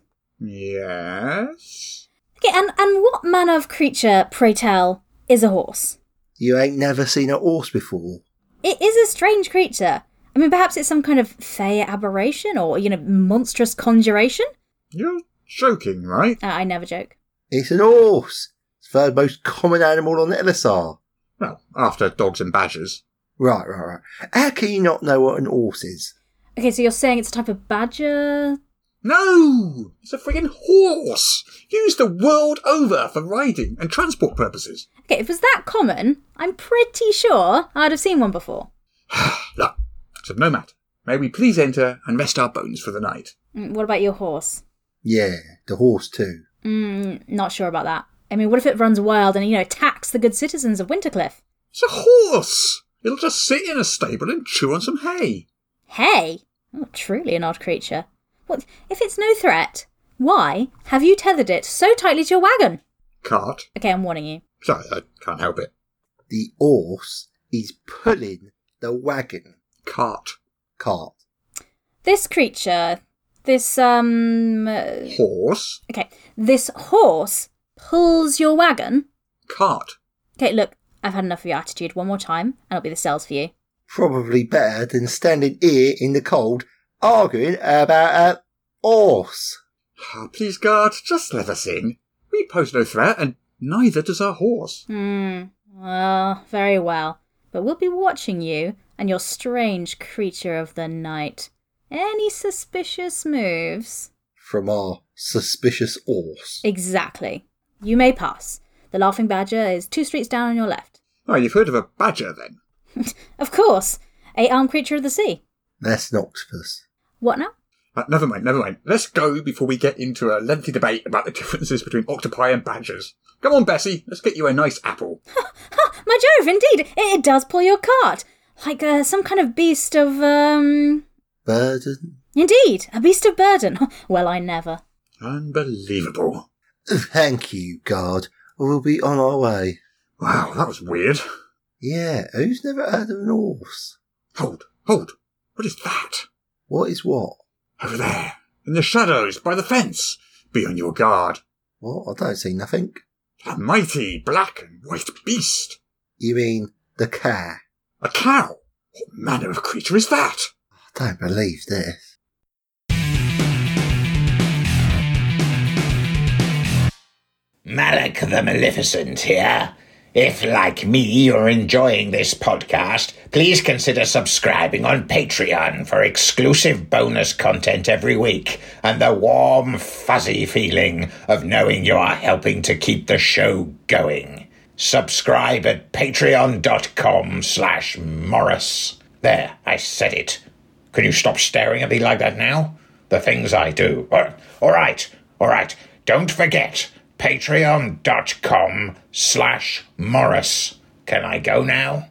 Yes. Okay, and, and what manner of creature, pray tell, is a horse? You ain't never seen a horse before. It is a strange creature. I mean, perhaps it's some kind of fey aberration or, you know, monstrous conjuration. You're joking, right? Uh, I never joke. It's an horse. It's the third most common animal on LSR. Well, after dogs and badgers. Right, right, right. How can you not know what an horse is? Okay, so you're saying it's a type of badger? No! It's a friggin' horse! Used the world over for riding and transport purposes. Okay, if it was that common, I'm pretty sure I'd have seen one before. Look, it's of no matter. May we please enter and rest our bones for the night. Mm, What about your horse? Yeah, the horse too. Mm, not sure about that. I mean, what if it runs wild and, you know, attacks the good citizens of Wintercliff? It's a horse! It'll just sit in a stable and chew on some hay. Hey! Oh, truly an odd creature. What if it's no threat? Why have you tethered it so tightly to your wagon? Cart. Okay, I'm warning you. Sorry, I can't help it. The horse is pulling the wagon Cart. cart. This creature, this um, uh, Horse. okay, this horse pulls your wagon. Cart. Okay, look, I've had enough of your attitude. One more time, and it'll be the cells for you. Probably better than standing here in the cold arguing about a horse. Ah, please, guard, just let us in. We pose no threat, and neither does our horse. Hmm. Well, very well. But we'll be watching you and your strange creature of the night. Any suspicious moves? From our suspicious horse. Exactly. You may pass. The Laughing Badger is two streets down on your left. Oh, you've heard of a badger, then? Of course, eight armed creature of the sea. That's an octopus. What now? Uh, never mind, never mind. Let's go before we get into a lengthy debate about the differences between octopi and badgers. Come on, Bessie, let's get you a nice apple. Ha! My Jove, indeed, it, it does pull your cart. Like uh, some kind of beast of, um. Burden? Indeed, a beast of burden. Well, I never. Unbelievable. Thank you, guard. We'll be on our way. Wow, that was weird. Yeah, who's never heard of an horse? Hold, hold. What is that? What is what? Over there, in the shadows, by the fence. Be on your guard. What? I don't see nothing. A mighty black and white beast. You mean the car? A cow. What manner of creature is that? I don't believe this. Malak the Maleficent here. If, like me, you're enjoying this podcast, please consider subscribing on Patreon for exclusive bonus content every week and the warm, fuzzy feeling of knowing you are helping to keep the show going. Subscribe at patreon.com slash Morris. There, I said it. Can you stop staring at me like that now? The things I do. All- all right, all right. Don't forget, patreon.com slash Morris. Can I go now?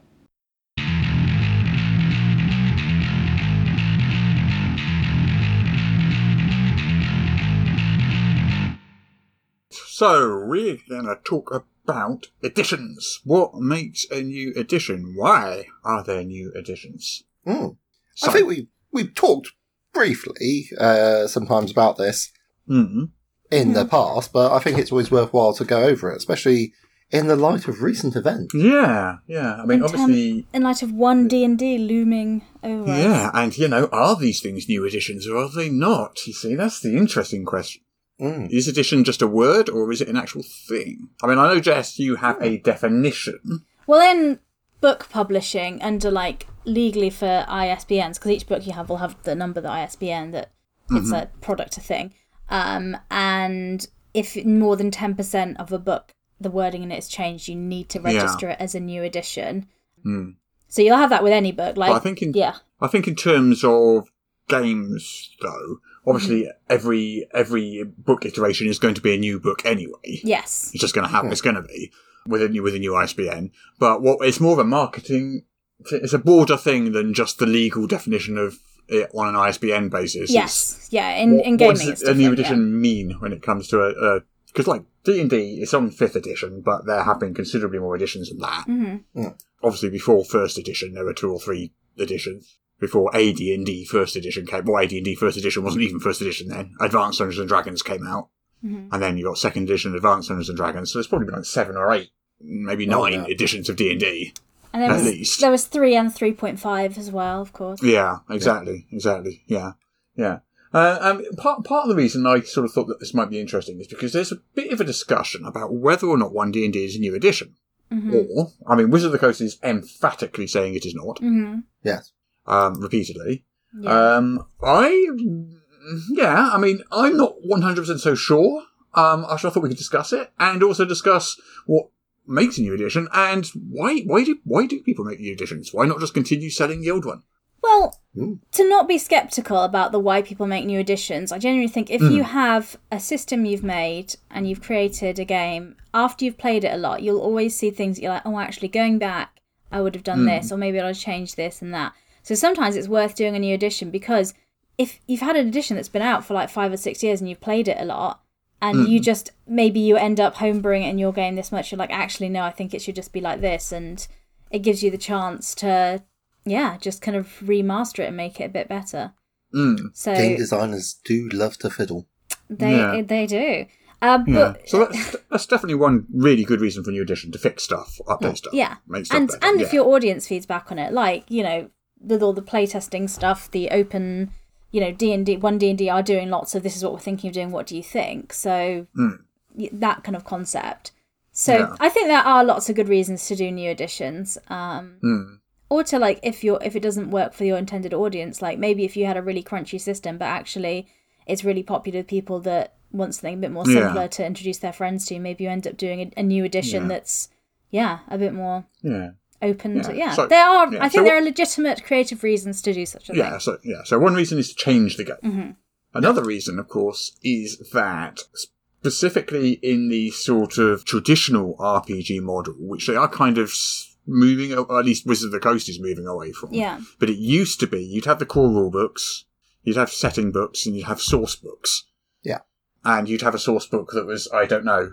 So, we're gonna talk about editions. What makes a new edition? Why are there new editions? Hmm. So- I think we we've talked briefly uh, sometimes about this Hmm. in the past, but I think it's always worthwhile to go over it, especially in the light of recent events. Yeah, yeah. I mean, in, term- obviously, um, in light of one D and D looming over us. yeah. And you know, are these things new editions or are they not? You see, that's the interesting question. Mm. Is edition just a word or is it an actual thing? I mean, I know, Jess, you have Mm. a definition. Well, in book publishing, under like legally for ISBNs, because each book you have will have the number, the ISBN that Mm-hmm. it's a product, a thing. Um, and if more than 10% of a book, the wording in it is changed, you need to Yeah. register it as a new edition. Hmm. So you'll have that with any book. Like, but I think in yeah. I think in terms of games, though, obviously Mm-hmm. every every book iteration is going to be a new book anyway. Yes. It's just going to happen. It's going to be with a new with a new ISBN. But what it's more of a marketing. It's a broader thing than just the legal definition of it on an ISBN basis. It's- yes, yeah, in, what- in what gaming, it's does a new different, yeah. edition mean when it comes to a because like D and D is on fifth edition, but there have been considerably more editions than that. Mm-hmm. Obviously, before first edition, there were two or three editions. Before AD and D first edition came, well, AD and D first edition wasn't even first edition then. Advanced Dungeons and Dragons came out, Mm-hmm. and then you got second edition Advanced Dungeons and Dragons. So there's probably been like seven or eight, maybe nine yeah. editions of D and D. And there At was, least. there was three and three point five as well, of course. Yeah, exactly, exactly. Yeah, yeah. Uh, um, part part of the reason I sort of thought that this might be interesting is because there's a bit of a discussion about whether or not One D and D is a new edition, or I mean, Wizard of the Coast is emphatically saying it is not, Mm-hmm. Yes. um, repeatedly. Yeah. Um, I, yeah, I mean, I'm not 100 percent so sure. Um, I thought we could discuss it and also discuss what makes a new edition and why why do why do people make new editions? Why not just continue selling the old one? Well, Mm. to not be skeptical about the why people make new editions, I genuinely think if you have a system you've made and you've created a game, after you've played it a lot, you'll always see things that you're like, oh, actually, going back, I would have Hmm. done this, or maybe I'd have changed this and that. So sometimes it's worth doing a new edition because if you've had an edition that's been out for like five or six years and you've played it a lot, and Hmm. you just maybe you end up homebrewing it in your game this much, you're like, actually, no, I think it should just be like this, and it gives you the chance to yeah, just kind of remaster it and make it a bit better. Mm. So Game designers do love to fiddle. they Yeah. they do. Uh, but So that's, that's definitely one really good reason for new edition to fix stuff, update stuff, yeah, make stuff and better. and if yeah. your audience feeds back on it, like you know, with all the playtesting stuff, the open, you know, D and D one D and D are doing lots of this is what we're thinking of doing. What do you think? So y that kind of concept. So Hmm. Yeah. I think there are lots of good reasons to do new editions. Um, Hmm. or to like if you're if it doesn't work for your intended audience like maybe if you had a really crunchy system but actually it's really popular with people that want something a bit more Yeah. simpler to introduce their friends to maybe you end up doing a, a new edition that's yeah a bit more yeah, open to Yeah. yeah So- there are yeah. i So think there what- are legitimate creative reasons to do such a yeah. thing So yeah, so one reason is to change the game. Mm-hmm. Another reason, of course, is that specifically in the sort of traditional RPG model, which they are kind of s- moving, or at least Wizard of the Coast is moving away from. Yeah. But it used to be you'd have the core rule books, you'd have setting books, and you'd have source books. Yeah. and you'd have a source book that was I don't know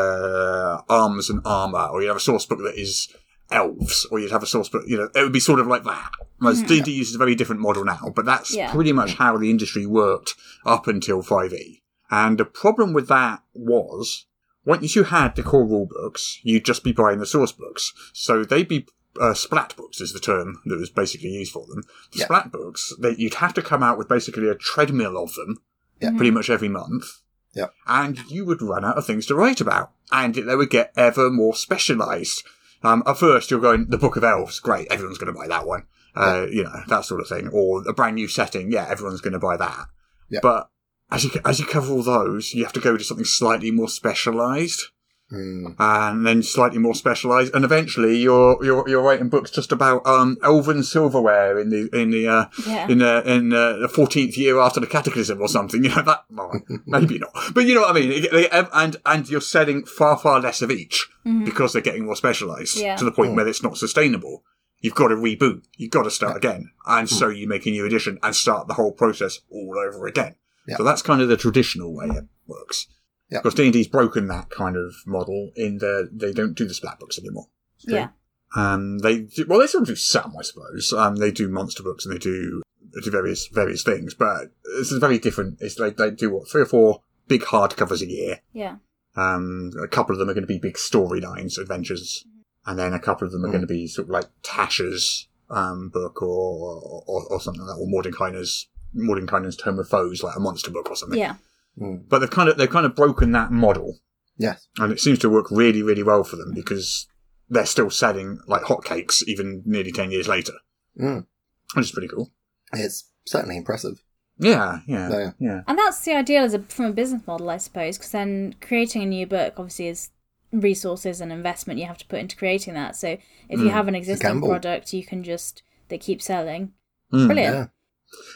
uh, arms and armor, or you'd have a source book that is elves, or you'd have a source book. You know, it would be sort of like that. Whereas D and D uses a very different model now, but that's Yeah. pretty much how the industry worked up until Five E. And the problem with that was once you had the core rule books, you'd just be buying the source books. So they'd be uh, splat books is the term that was basically used for them. The Yeah. splat books that you'd have to come out with basically a treadmill of them Yeah. pretty much every month Yeah. and you would run out of things to write about, and they would get ever more specialised. Um, at first, you're going the Book of Elves, great, everyone's going to buy that one, uh, you know that sort of thing, or a brand new setting, yeah, everyone's going to buy that. Yeah. But as you as you cover all those, you have to go to something slightly more specialised, Mm. and then slightly more specialised, and eventually you're you're you're writing books just about um, elven silverware in the in the uh, Yeah. in uh, in uh, the fourteenth year after the cataclysm or something. You know that well, maybe not, but you know what I mean. They- they- And and you're selling far far less of each because they're getting more specialised Yeah. to the point where it's not sustainable. You've got to reboot. You've got to start again, and so you make a new edition and start the whole process all over again. Yeah. So that's kind of the traditional way it works. Yeah. Because D&D's broken that kind of model in that they don't do the splat books anymore. yeah Um, they do, well, they still do some, I suppose. Um, they do monster books and they do they do various various things, but it's very different. It's like they do what three or four big hardcovers a year. yeah Um, a couple of them are going to be big storylines, adventures, and then a couple of them are going to be sort of like Tasha's um, book or, or or something like that, or Mordenkainen's Mordenkainen's Tome of Foes, like a monster book or something. yeah But they've kind of they've kind of broken that model Yes. and it seems to work really, really well for them because they're still selling like hotcakes even nearly 10 years later, Mm. which is pretty cool. It's certainly impressive. Yeah, yeah, Yeah. yeah. And that's the ideal as a, from a business model, I suppose, because then creating a new book obviously is resources and investment you have to put into creating that. So if Mm, you have an existing gamble. product, you can just they keep selling. Mm. Brilliant.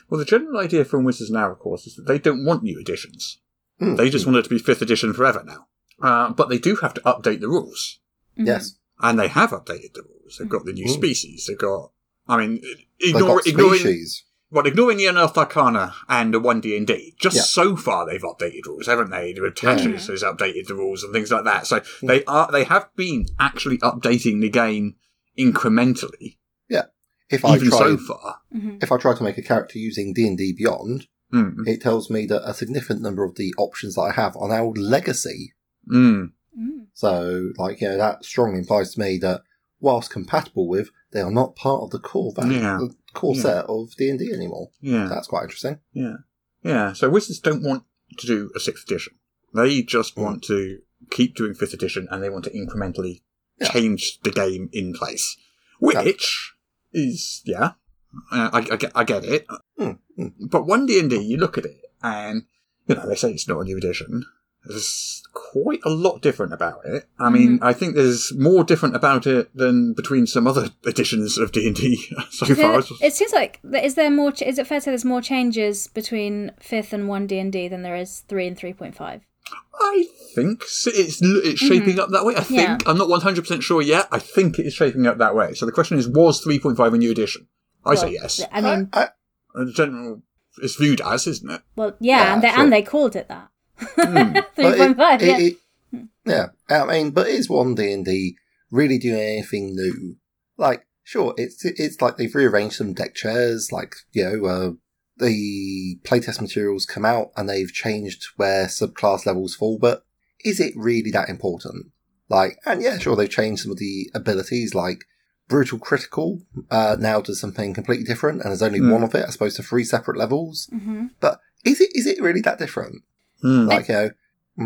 Well, the general idea from Wizards now, of course, is that they don't want new editions. Yeah. Mm. They just want it to be fifth edition forever now. Uh, but they do have to update the rules. Mm-hmm. Yes. And they have updated the rules. They've got the new Mm. species. They've got, I mean, They've ignore, got ignoring, species. Well, ignoring the Unearthed Arcana and the 1D and D, just Yeah. so far they've updated rules, haven't they? The Tattoos has updated the rules and things like that. So they are they have been actually updating the game incrementally, If I even try, so far. if I try to make a character using D and D Beyond, Mm. it tells me that a significant number of the options that I have are now legacy. Mm. Mm. So, like, you know, that strongly implies to me that whilst compatible with, they are not part of the core value, Yeah. the core Yeah. set of D and D anymore. Yeah. That's quite interesting. Yeah. Yeah. So Wizards don't want to do a sixth edition. They just Hmm. want to keep doing fifth edition and they want to incrementally Yeah. change the game in place. Which is, yeah, uh, I, I, get- I get it. Hmm, hmm. But 1D&D, you look at it and, you know, they say it's not a new edition. There's quite a lot different about it. Hmm. I mean, I think there's more different about it than between some other editions of D&D so Do you far. feel- it seems like th- is there more? Ch- is it fair to say there's more changes between fifth and one D and D than there is three and three point five? I think s- it's l- it's shaping up that way. I think Mm-hmm. Yeah. I'm not 100 percent sure yet. I think it is shaping up that way. So the question is, was 3.5 a new edition? I say yes. I mean, I, I- In general, it's viewed as, isn't it? well, yeah, Yeah, and they sure. and they called it that. but Hmm. Three point five. it- Yeah. it- it- yeah, I mean, but is one D and D really doing anything new? Like, sure, it's it's like they've rearranged some deck chairs. Like, you know, uh, the playtest materials come out and they've changed where subclass levels fall. But is it really that important? Like, and yeah, sure, they've changed some of the abilities. Like, brutal critical uh, now does something completely different, and there's only one of it, as opposed to three separate levels. hmm But is it is it really that different? Hmm. Like, you know,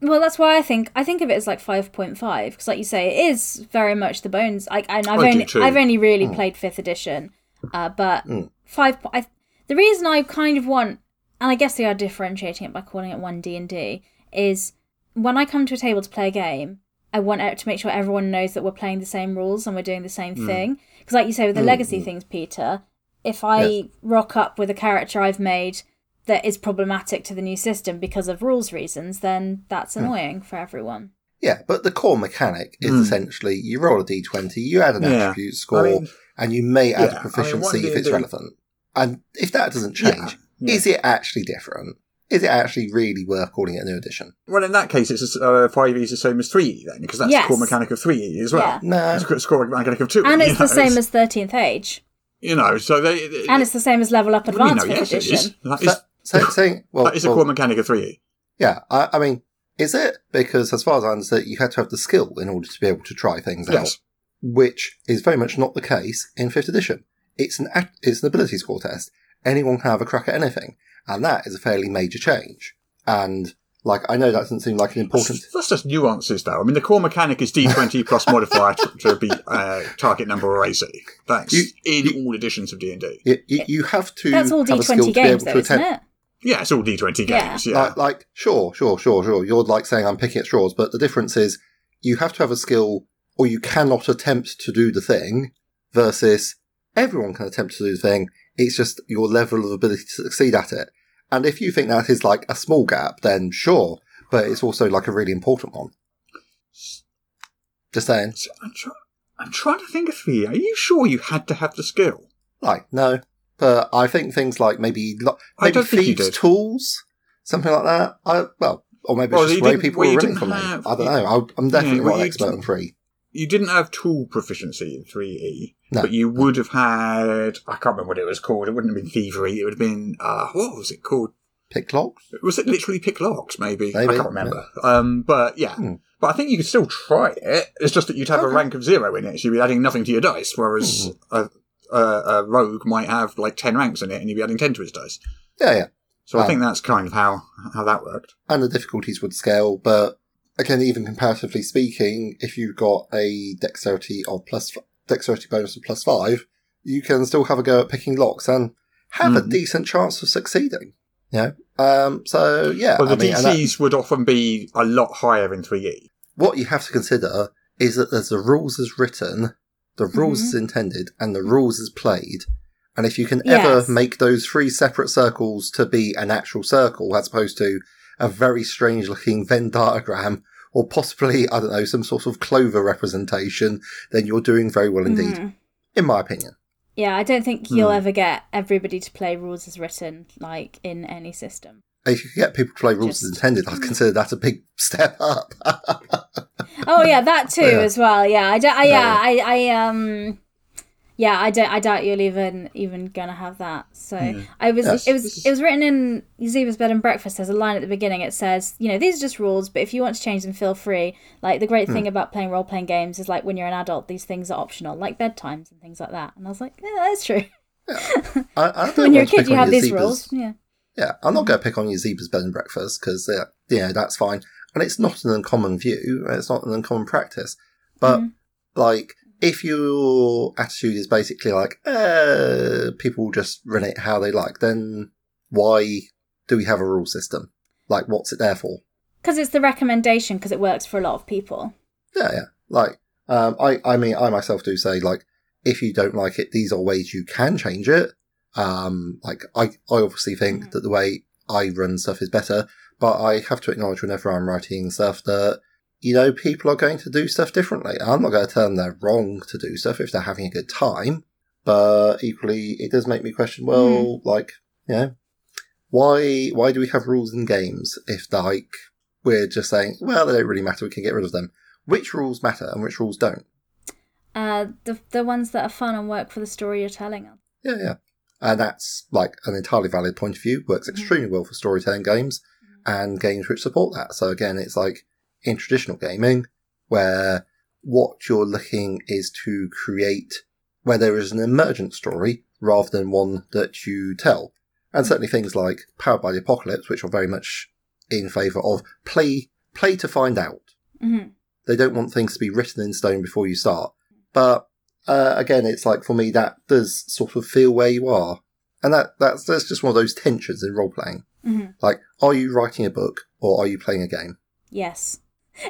Well, that's why I think I think of it as like five point five because, like you say, it is very much the bones. Like, and I've I do only too. Mm. I've only really played fifth edition, uh, but five. po- I, the reason I kind of want, and I guess they are differentiating it by calling it one D and D, is when I come to a table to play a game, I want e- to make sure everyone knows that we're playing the same rules and we're doing the same Mm. thing. Because, like you say, with the legacy things, Peter, if I Yes. rock up with a character I've made that is problematic to the new system because of rules reasons, then that's Hmm. annoying for everyone. Yeah, but the core mechanic is essentially you roll a d20, you add an Hmm. Yeah. attribute score, I mean- and you may Yeah, add I a mean, proficiency one if it's D&D relevant. And if that doesn't Yeah, change, yeah. is it actually different? Is it actually really worth calling it a new edition? Well, in that case, it's uh, 5e is the same as 3e then, because that's Yes. the core mechanic of 3e as well. Yeah. No. It's the core mechanic of 2e. And it's you the know, same as 13th Age. you know. So they, And it's the same as Level Up What do you mean? Advanced No, yes, Fifth it Edition. is. That So, is, so, saying, well, that is a well, core mechanic of E. 3e. yeah, I, I mean, is it? Because as far as I understand, you had to have the skill in order to be able to try things out, Yes. which is very much not the case in fifth edition. It's an act- it's an ability score test. Anyone can have a crack at anything, and that is a fairly major change. And like, I know that doesn't seem like an important. That's just nuances, though. I mean, the core mechanic is D20 plus modifier to, to be uh, target number or AC. That's You- in you- all editions of D&D. You, you, you have to That's all have a skill D20 to be able games, to though, isn't attempt. it? Yeah, it's all D20 games. Yeah. Yeah. Like, like, sure, sure, sure, sure. You're like saying I'm picking at straws, but the difference is you have to have a skill or you cannot attempt to do the thing versus everyone can attempt to do the thing. It's just your level of ability to succeed at it. And if you think that is like a small gap, then sure, but it's also like a really important one. Just saying. So I'm, try- I'm trying to think of three. Are you sure you had to have the skill? Like, no. But I think things like maybe, lo- I maybe don't think you thieves' did. tools, something like that. I, well, or maybe Well, it's you just the way didn't- people well, were you running didn't from have- me. I don't know. I, I'm definitely Yeah, well, not an you expert didn't- on three. You didn't have tool proficiency in 3E, No. but you would have had. I can't remember what it was called. It wouldn't have been thievery. It would have been. Uh, what was it called? Pick locks? Was it literally pick locks, maybe? Maybe, I can't remember. Um, but yeah. Hmm. But I think you could still try it. It's just that you'd have a rank of zero in it, so you'd be adding nothing to your dice, whereas Hmm. a, a, a rogue might have like 10 ranks in it and you'd be adding 10 to his dice. Yeah, yeah. So Ah. I think that's kind of how, how that worked. And the difficulties would scale, but again, even comparatively speaking, if you've got a dexterity of plus f- dexterity bonus of plus five, you can still have a go at picking locks and have a Mhm. decent chance of succeeding. You know? Um, so yeah, But the I mean, and that- DCs would often be a lot higher in E. 3E. what you have to consider is that there's the rules as written, the rules Mm-hmm. as intended, and the rules as played. And if you can Yes. ever make those three separate circles to be an actual circle as opposed to a very strange looking Venn diagram or possibly, I don't Mm. know, some sort of clover representation, then you're doing very well indeed, in my opinion. Yeah, I don't think Hmm. you'll ever get everybody to play rules as written, like in any system. If you could get people to play rules as Just- mm. intended, I'd consider that a big step up. Oh yeah, that too Yeah. as well. Yeah, I don't. I, yeah, I, I um, yeah, I don't. I doubt you'll even even gonna have that. So I was. Yes. It was. It was written in Ziva's Bed and Breakfast. There's a line at the beginning. It says, you know, these are just rules, but if you want to change them, feel free. Like the great thing about playing role playing games is like when you're an adult, these things are optional, like bedtimes and things like that. And I was like, yeah, that's true. I, I don't when you're a want to kid, pick you on have your these zebras. rules. Yeah. Yeah, I'm not going to pick on your zebra's bed and breakfast because, uh, you know, that's fine. And it's not an uncommon view. It's not an uncommon practice. But, like, if your attitude is basically like, uh, people just run it how they like, then why do we have a rule system? Like, what's it there for? Because it's the recommendation, because it works for a lot of people. Yeah, yeah. Like, um, I, I mean, I myself do say, like, if you don't like it, these are ways you can change it. Um, like, I, I obviously think that the way I run stuff is better, but I have to acknowledge whenever I'm writing stuff that, you know, people are going to do stuff differently. I'm not going to tell them they're wrong to do stuff if they're having a good time, but equally, it does make me question, well, like, you know, why, why do we have rules in games if, like, we're just saying, well, they don't really matter, we can get rid of them which rules matter and which rules don't. Uh, the the ones that are fun and work for the story you're telling. Yeah, yeah. And that's like an entirely valid point of view, works extremely well for storytelling games and games which support that. So again, it's like in traditional gaming where what you're looking is to create where there is an emergent story rather than one that you tell. And certainly things like Powered by the Apocalypse, which are very much in favour of play play to find out. hmm They don't want things to be written in stone before you start. But uh, again, it's like for me that does sort of feel where you are, and that that's, that's just one of those tensions in role playing. Mhm. Like, are you writing a book or are you playing a game? Yes.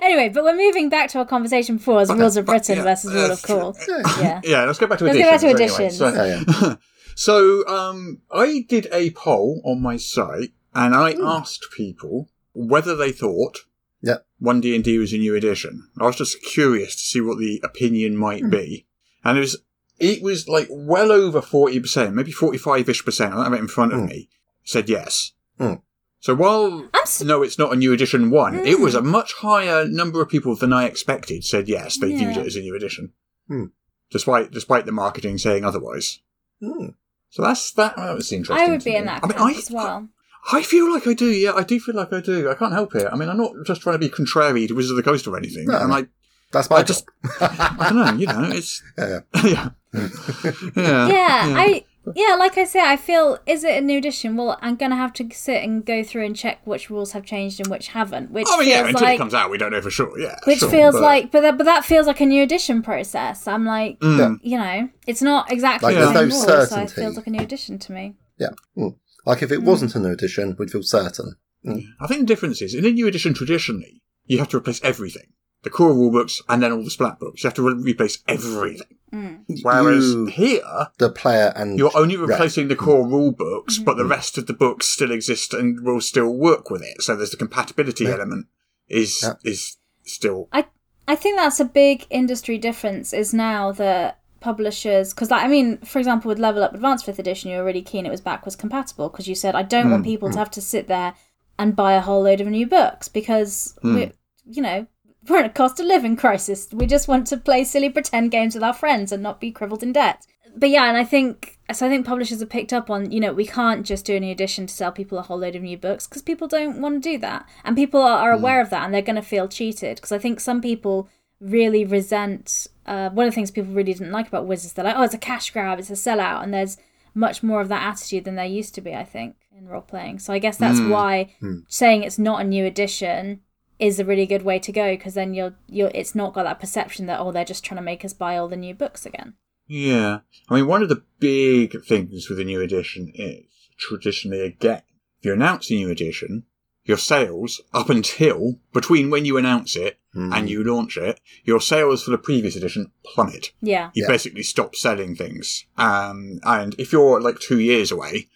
Anyway, but we're moving back to our conversation before as rules of Britain versus rule of cool. Yeah. Yeah, let's go back to Let's go additions. back to anyway. additions. So- Yeah, yeah. So um, I did a poll on my site, and I Hmm. asked people whether they thought Yeah. One D and D was a new edition. I was just curious to see what the opinion might be, and it was it was like well over forty percent, maybe forty five ish percent. I don't have it in front of me. Said yes. Mm. So while I'm Hmm. su- no, it's not a new edition one. It was a much higher number of people than I expected. Said yes, they viewed Yeah. it as a new edition, Hmm. despite despite the marketing saying otherwise. Hmm. So that's that. That was interesting. I would to be in me. that I camp mean, I, as well. I, I feel like I do. Yeah, I do feel like I do. I can't help it. I mean, I'm not just trying to be contrary to Wizard of the Coast or anything. No. And I, That's I my job. just, I don't know. You know, it's Yeah. yeah, yeah. yeah, I yeah, like I say, I feel is it a new edition? Well, I'm gonna have to sit and go through and check which rules have changed and which haven't. Which Oh, I mean, yeah. feels Until it like comes out, we don't know for sure. Yeah, which sure, feels but- like, but that, but that feels like a new edition process. I'm like, Mm. you know, it's not exactly Like, the same there's rules, no so it certainty. feels like a new edition to me. yeah. Hmm. Like if it wasn't a new edition, we'd feel certain. I think the difference is in a new edition. Traditionally, you have to replace everything. The core rule books and then all the splat books. You have to re- replace everything. Mm. Whereas You, here, the player and You're only Right. replacing the core rule books, but the rest of the books still exist and will still work with it. So there's the compatibility element is Yeah. is still I I think that's a big industry difference is now that publishers because like I mean for example with Level Up Advanced Fifth Edition you were really keen it was backwards compatible because you said I don't want people to have to sit there and buy a whole load of new books because we you know we're in a cost of living crisis we just want to play silly pretend games with our friends and not be crippled in debt but yeah and I think so I think publishers have picked up on you know we can't just do a new edition to sell people a whole load of new books because people don't want to do that and people are, are aware of that and they're going to feel cheated because I think some people really resent uh, one of the things people really didn't like about Wizards. They're like, oh, it's a cash grab, it's a sellout, and there's much more of that attitude than there used to be. I think in role playing. So I guess that's why saying it's not a new edition is a really good way to go because then you're you're it's not got that perception that oh they're just trying to make us buy all the new books again. yeah. I mean, one of the big things with the new edition is traditionally again, if you announce a new edition, your sales up until between when you announce it and you launch it, your sales for the previous edition plummet. Yeah. you Yeah. basically stop selling things. Um, and if you're like two years away,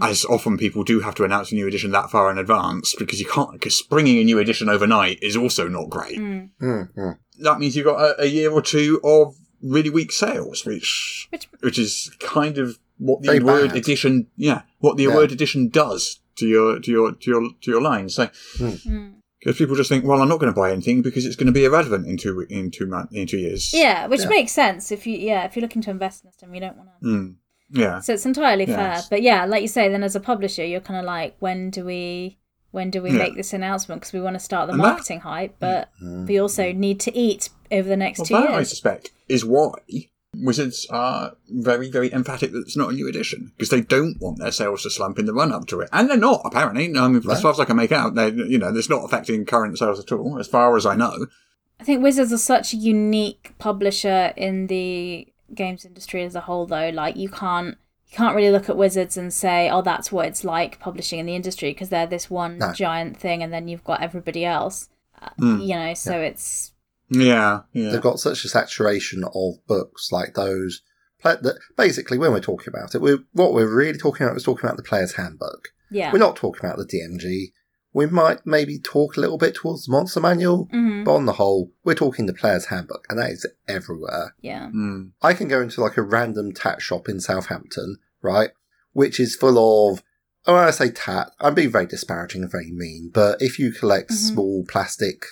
as often people do have to announce a new edition that far in advance because you can't, because springing a new edition overnight is also not great. Hmm, hmm. That means you've got a, a year or two of really weak sales, which Which- which is kind of what the Very award bad. edition, yeah, what the Yeah. award edition does to your to your to your to your line. So. Hmm. Because people just think, well, I'm not going to buy anything because it's going to be irrelevant in two in two months in two years. Yeah, which Yeah. makes sense if you yeah if you're looking to invest in a STEM, you don't want to. Mm. Yeah. So it's entirely fair, Yes. but yeah, like you say, then as a publisher, you're kind of like, when do we when do we Yeah. make this announcement? Because we want to start the And that- Mm-hmm. marketing hype, but we also need to eat over the next Well, two that I years. suspect is why Wizards are very, very emphatic that it's not a new edition because they don't want their sales to slump in the run up to it, and they're not apparently. I mean, as far as I can make out, they you know, it's not affecting current sales at all, as far as I know. I think Wizards are such a unique publisher in the games industry as a whole, though. Like you can't you can't really look at Wizards and say, oh, that's what it's like publishing in the industry because they're this one No. Hmm. giant thing, and then you've got everybody else. Uh, You know, so it's Yeah, yeah, They've got such a saturation of books like those. pla- That basically, when we're talking about it, we're, what we're really talking about is talking about the player's handbook. yeah. We're not talking about the DMG. We might maybe talk a little bit towards the monster manual, Mm-hmm. but on the whole, we're talking the player's handbook, and that is everywhere. yeah. Mm. I can go into like a random tat shop in Southampton, right, which is full of. Oh, when I say tat, I'm being very disparaging and very mean, but if you collect Mm-hmm. small plastic,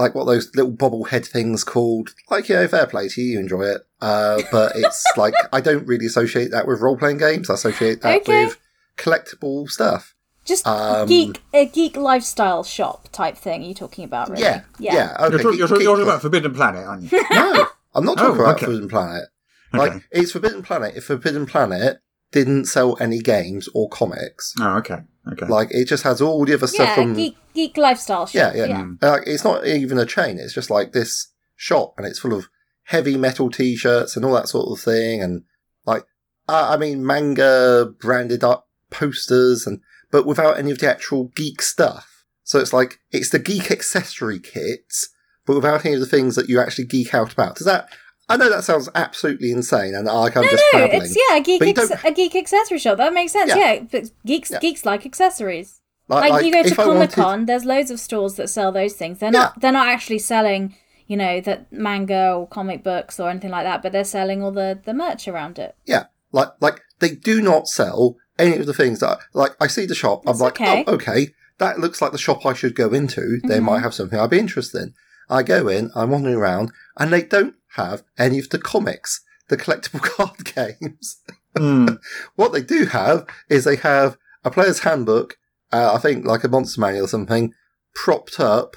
like what those little bobblehead things called, like you know, fair play to you, you enjoy it. Uh, but it's like I don't really associate that with role playing games. I associate that Okay. with collectible stuff. Just Um, geek a geek lifestyle shop type thing. Are you talking about? Really? Yeah, yeah. You're, talk- okay. you're, keep- talk- you're talking keep- about Forbidden Planet, aren't you? No, I'm not talking Oh, about okay. Forbidden Planet. Like Okay. it's Forbidden Planet. If Forbidden Planet didn't sell any games or comics, oh, okay, okay. like it just has all the other stuff yeah. from Geek geek lifestyle yeah, shop. yeah. Like, it's not even a chain. It's just like this shop, and it's full of heavy metal T-shirts and all that sort of thing, and like uh, I mean manga branded up posters, and but without any of the actual geek stuff. So it's like it's the geek accessory kits, but without any of the things that you actually geek out about. Does that? I know that sounds absolutely insane, and like I'm No, just no, babbling. it's yeah, a geek But you ex- don't- a geek accessory shop. That makes sense. Yeah. Yeah, but geeks Yeah. geeks like accessories. Like- Like, like, you go to if I Comic wanted- Con, there's loads of stores that sell those things. They're Yeah. not they're not actually selling you know that manga or comic books or anything like that, but they're selling all the the merch around it. Yeah, like like they do not sell any of the things that like I see the shop. That's I'm like, okay. oh, okay, that looks like the shop I should go into. They might have something I'd be interested in. I go in, I'm wandering around, and they don't have any of the comics, the collectible card games. Mm. What they do have is they have a player's handbook, uh, I think like a monster manual or something, propped up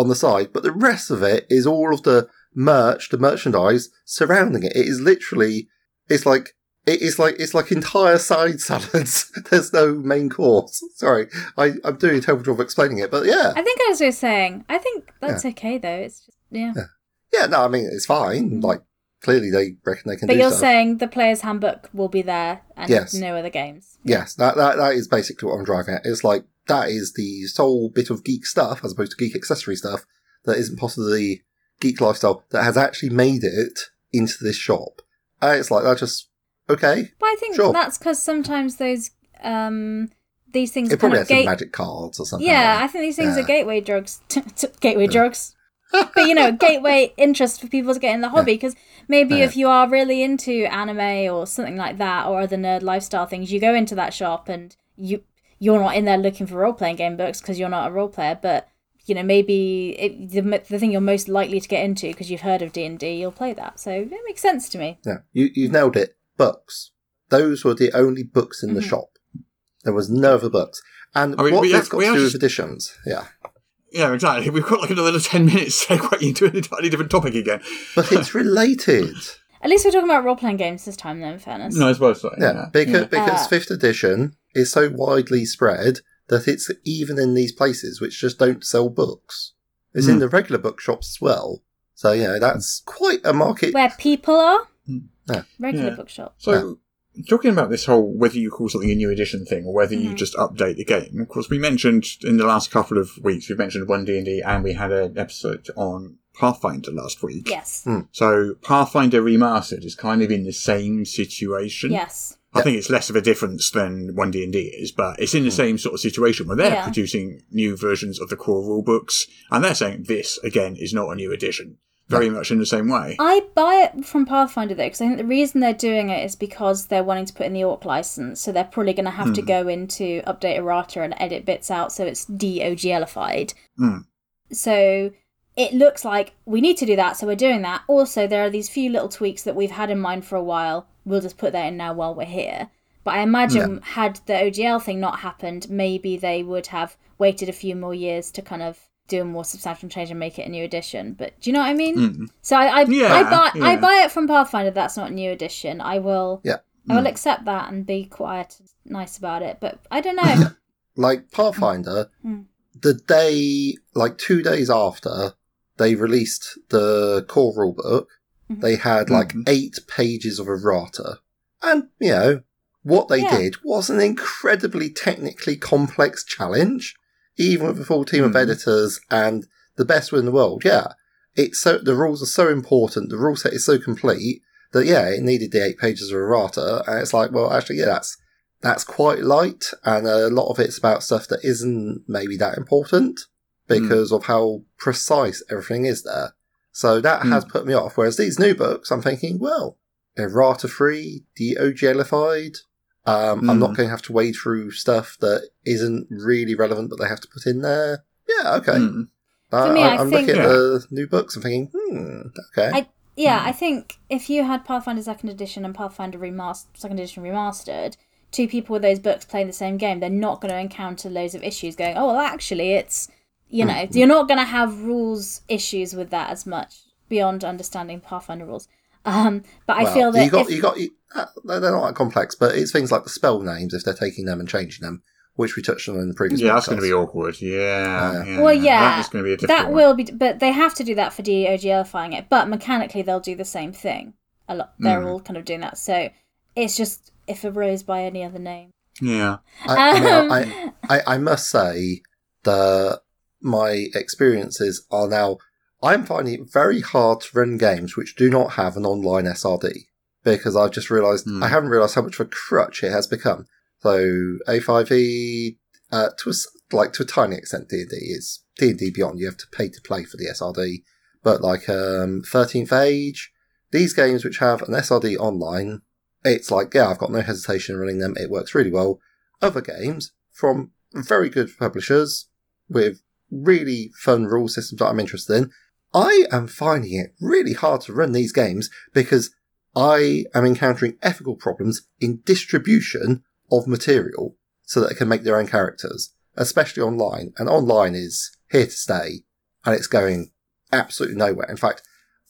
on the side, but the rest of it is all of the merch, the merchandise surrounding it. It is literally, it's like, it is like, it's like entire side salads. There's no main course. Sorry, I, I'm doing a terrible job of explaining it, but yeah. I think I was just saying. I think that's okay though. It's just yeah. Yeah, no, I mean, it's fine. Like, clearly they reckon they can Mm-hmm. But do you're stuff. saying the player's handbook will be there and Yes. no other games. Yes, that, that that is basically what I'm driving at. It's like that is the sole bit of geek stuff, as opposed to geek accessory stuff, that isn't part of the geek lifestyle that has actually made it into this shop. And it's like that just okay. Well, I think Sure. that's because sometimes those um these things It are kind probably of has some gate. magic cards or something. Yeah, I like that. think these things Uh, Yeah. are gateway drugs. to- to- gateway drugs. but you know, gateway interest for people to get in the hobby because maybe Yeah. if you are really into anime or something like that or other nerd lifestyle things, you go into that shop and you you're not in there looking for role playing game books because you're not a role player, but you know maybe it, the m- the thing you're most likely to get into because you've heard of D and D, you'll play that. So it makes sense to me. Yeah, you you nailed it. Books. Those were the only books in Mm-hmm. the shop. There was no other books. And I mean, what we this have- got we to have do to- with editions? Yeah. Yeah, exactly. We've got like another ten minutes segue into an entirely different topic again. But it's related. At least we're talking about role playing games this time, though. In fairness, No, I suppose so. Yeah, because, because Uh, fifth edition is so widely spread that it's even in these places which just don't sell books. It's Hmm. in the regular bookshops as well. So yeah, that's quite a market. where people are Hmm. Yeah. regular Yeah. bookshop. So, talking about this whole whether you call something a new edition thing or whether you just update the game, of course, we mentioned in the last couple of weeks, we mentioned one D and D, and we had an episode on Pathfinder last week. Yes. Hmm. So, Pathfinder Remastered is kind of in the same situation. Yes. I think it's less of a difference than one D and D is, but it's in the same sort of situation where they're Yeah. producing new versions of the core rule books, and they're saying this again is not a new edition. very much in the same way. I buy it from Pathfinder though, because I think the reason they're doing it is because they're wanting to put in the Orc license, so they're probably going to have to go into update errata and edit bits out so it's DOGLified. Hmm. So it looks like we need to do that, so we're doing that. Also, there are these few little tweaks that we've had in mind for a while. We'll just put that in now while we're here. But I imagine had the OGL thing not happened, maybe they would have waited a few more years to kind of do a more substantial change and make it a new edition. But do you know what I mean? So I, I, I Mm. Yeah, buy I yeah. buy it from Pathfinder. That's not a new edition. I will Yeah. I Mm. will accept that and be quiet, and nice about it. But I don't know. like Pathfinder, the day, like two days after they released the core rulebook, they had like eight pages of errata. And, you know, what they Yeah. did was an incredibly technically complex challenge, even with a full team of editors and the best one in the world. Yeah. It's so, the rules are so important. The rule set is so complete that, yeah, it needed the eight pages of errata. And it's like, well, actually, yeah, that's, that's quite light. And a lot of it's about stuff that isn't maybe that important because of how precise everything is there. So that has put me off. Whereas these new books, I'm thinking, well, errata free, deoglified. Um, I'm not going to have to wade through stuff that isn't really relevant, but they have to put in there. Yeah, okay. Uh, Mm. I, For me, I am think- looking at Yeah. the new books. I'm thinking, hmm, okay. I yeah, I think if you had Pathfinder Second Edition and Pathfinder Remastered, Second Edition Remastered, two people with those books playing the same game, they're not going to encounter loads of issues. Going, oh well, actually, it's you know, you're not going to have rules issues with that as much beyond understanding Pathfinder rules. Um, but I Well, feel that you got if- you got you, uh, they're they're not that complex, but it's things like the spell names if they're taking them and changing them, which we touched on in the previous. Yeah, that's podcast. going to be awkward. Yeah. Yeah. Well, yeah, That is going to be a difficult that will be, but they have to do that for DOGLifying it. But mechanically, they'll do the same thing. A lot, they're all kind of doing that. So it's just if it rose by any other name. One. Yeah. I, I, mean, Um, I, I, I must say that my experiences are now. I'm finding it very hard to run games which do not have an online SRD because I've just realised I haven't realised how much of a crutch it has become. So A5e, uh, to a, s- like to a tiny extent, D and D is D and D Beyond. You have to pay to play for the SRD, but like um, 13th Age, these games which have an SRD online, it's like yeah, I've got no hesitation in running them. It works really well other games from very good publishers with really fun rule systems that I'm interested in. I am finding it really hard to run these games because I am encountering ethical problems in distribution of material so that they can make their own characters, especially online. And online is here to stay and it's going absolutely nowhere. In fact,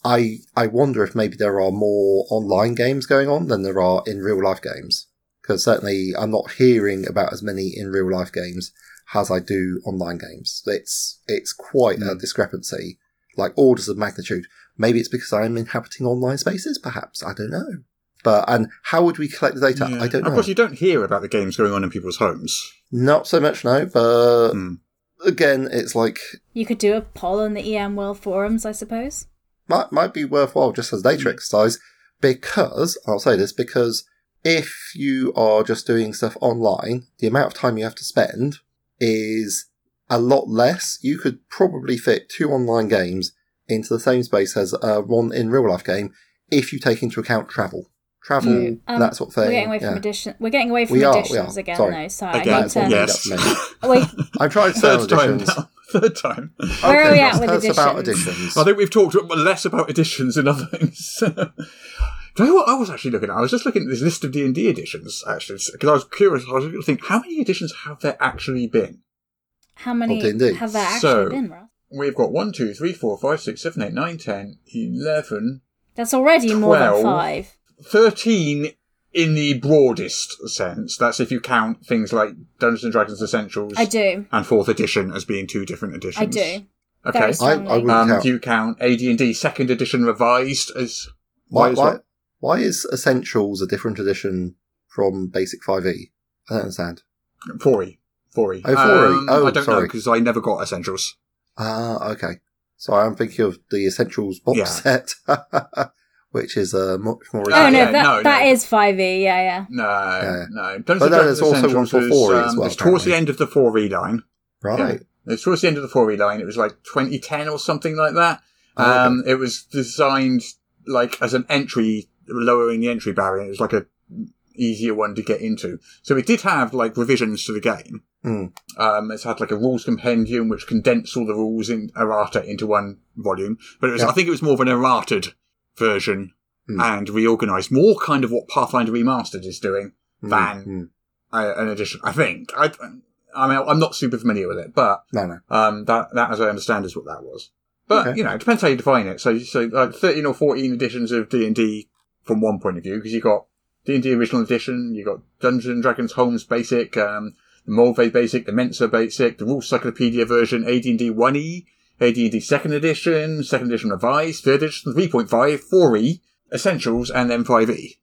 I, I wonder if maybe there are more online games going on than there are in real life games because certainly I'm not hearing about as many in real life games as I do online games. It's it's quite Hmm. a discrepancy, like orders of magnitude. Maybe it's because I'm inhabiting online spaces, perhaps I don't know. But and how would we collect the data? Yeah. I don't Of know. course, you don't hear about the games going on in people's homes. Not so much no, but Mm. again, it's like You could do a poll on the EM World forums, I suppose. might might be worthwhile just as a Hmm. data exercise because I'll say this because if you are just doing stuff online, the amount of time you have to spend is a lot less. You could probably fit two online games into the same space as uh, one in real life game if you take into account travel, travel, Mm. Um, Mm, that sort of thing. We're getting away from yeah. edition. We're getting away from We are, we editions are. again, Sorry. though. Sorry, I Again, need That's what to. we yes. got for me. Wait, I'm trying to say Third time editions. now. Third time. where are we at Tell with us editions? about editions. I think we've talked less about editions than other things. Do you know what I was actually looking at? I was just looking at this list of D and D editions actually because I was curious. I was going to think how many editions have there actually been? How many Oh, D&D. have there actually So- been, Ross? We've got one, two, three, four, five, six, seven, eight, nine, ten, eleven, That's already more than Twelve. five. thirteen in the broadest sense. That's if you count things like Dungeons and Dragons Essentials I do. and Fourth Edition as being two different I editions. do. Okay. Very I strongly. would Um, count. do you count AD&D Second Edition Revised as Why, as why, well? why is Essentials a different edition from Basic 5e? I don't understand. Fori. Fori. Oh, Fori. Oh, E. Um, I don't know sorry. because I never got Essentials. Ah, okay. So I'm thinking of the Essentials box Yeah. set, which is uh, much more. Oh Uh, no, yeah, that, no, that no. is 5e, yeah, yeah. No, no. Dungeons But and Dragons then there's also one Essentials for was, Fori as well, It's towards apparently. the end of the Fori line. Right. Yeah. It's towards the end of the Fori line. It was like 2010 or something like that. Oh, Um, it was designed like as an entry, lowering the entry barrier. It was like a easier one to get into. So it did have like revisions to the game. Mm. Um, it's had like a rules compendium which condensed all the rules in errata into one volume. But it was, Yeah. Hmm. I think it was more of an errated version and reorganized, more kind of what Pathfinder Remastered is doing than Mm. uh, an addition. I think I, I mean, I'm not super familiar with it, but No, no. um, that, that, as I understand, is what that was. But Okay. you know, it depends how you define it. So, so like 13 or 14 editions of D and D from one point of view, because you got D and D original edition, you got Dungeons and Dragons Holmes Basic, um, the Molve Basic, the Mensa Basic, the Rule Cyclopedia version, AD and D 1E, AD and D Second Edition, Second Edition Revised, Third Edition 3.5, 4E, E, Essentials, and then 5E.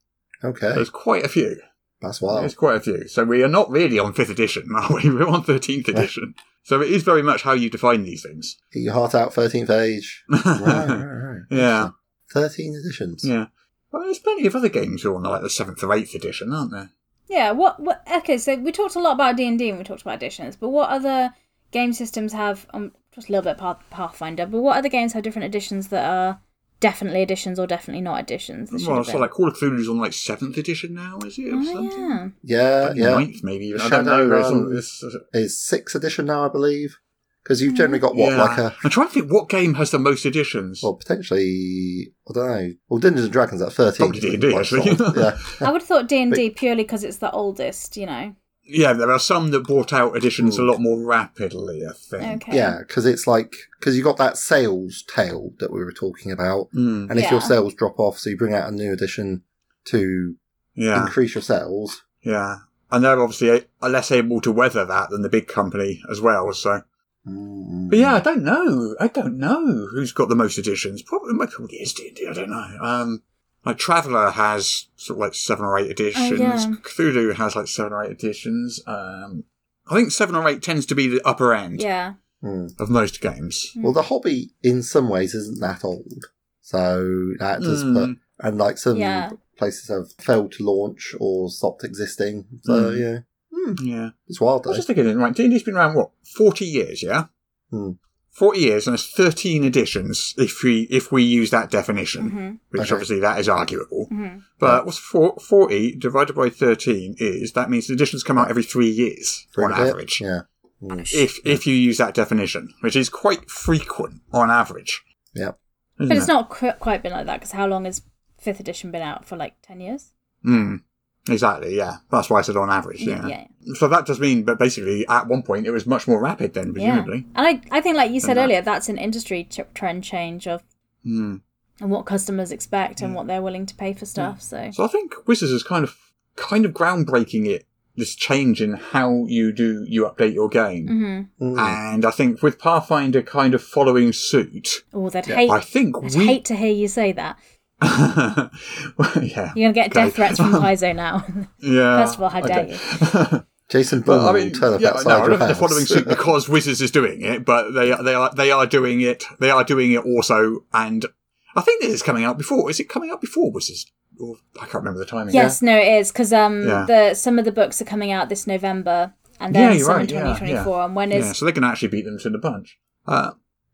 Okay. There's quite a few. That's wild. There's quite a few. So we are not really on fifth edition, are we? We're on thirteenth edition. So it is very much how you define these things. Eat your heart out, 13th age. right, right, right. Yeah. 13 editions. Yeah. Well, there's plenty of other games who are on like the seventh or eighth edition, aren't there? Yeah. What? What? Okay. So we talked a lot about D and D and we talked about editions, but what other game systems have? Um, just a little bit path, Pathfinder, but what other games have different editions that are definitely editions or definitely not editions? They should Well, have so been. like Call of Cthulhu's on like seventh edition now, is it? Or oh, something? yeah. Yeah, um, yeah. Ninth, maybe. Even. I don't know. Shadowrun There's some- This, uh, is sixth edition now, I believe. Because you've generally got what, yeah. like a I'm trying to think what game has the most editions. well, potentially I don't know. Well, Dungeons and Dragons at thirteen. Probably D&D, Like, actually. sort of, yeah, I would have thought D and D purely because it's the oldest, you know. yeah, there are some that brought out editions a lot more rapidly. I think. Okay. yeah, because it's like because you got that sales tail that we were talking about, Mm, and if your Yeah. sales drop off, so you bring out a new edition to yeah. increase your sales. Yeah. And they're obviously a- are less able to weather that than the big company as well. So, Mm. but yeah, I don't know. I don't know who's got the most editions. Probably, it probably is D&D. I don't know. Um, like Traveller has sort of like seven or eight editions. Oh, yeah. Cthulhu has like seven or eight editions. Um, I think seven or eight tends to be the upper end Yeah. Mm. of most games. Mm. Well, the hobby in some ways isn't that old, so that does Mm. put and like some Yeah. places have failed to launch or stopped existing. So Mm. yeah, Hmm. Mm. Yeah. it's I wild though. was just thinking, right, D&D's been around, what, 40 years, yeah? Hmm. 40 years, and there's 13 editions, if we if we use that definition, Mm-hmm. which Okay. obviously that is arguable. But what's four, 40 divided by 13 is, that means the editions come out every three years, Pretty on bit. average. yeah, If if you use that definition, which is quite frequent on average. yeah. Isn't But it's it? not qu- quite been like that because how long has fifth edition been out for? Like ten years. Hmm. exactly, yeah. That's why I said on average, yeah. yeah. So that does mean, but basically, at one point, it was much more rapid then, Yeah. presumably. And I, I think like you said that. earlier, that's an industry ch- trend change of Hmm. and what customers expect and what they're willing to pay for stuff. So Mm. So I think Wizards is kind of kind of groundbreaking it this change in how you do you update your game. Mm-hmm. Mm. And I think with Pathfinder kind of following suit, oh, they'd hate. I think I'd we hate to hear you say that. well, yeah. You're gonna get okay. death threats from Paizo now. Yeah. First of all, how dare you? Jason Bourne But I will mean, turn up yeah, no, outside I your don't house. think they're following suit because Wizards is doing it, but they they are they are doing it. They are doing it also, and I think this is coming out before. Is it coming out before Wizards? Or, I can't remember the timing. Yes, no, it is because um Yeah. the some of the books are coming out this November and then Yeah, you're some in right, yeah, 2024. yeah. And when yeah, is so they can actually beat them to the punch. Uh,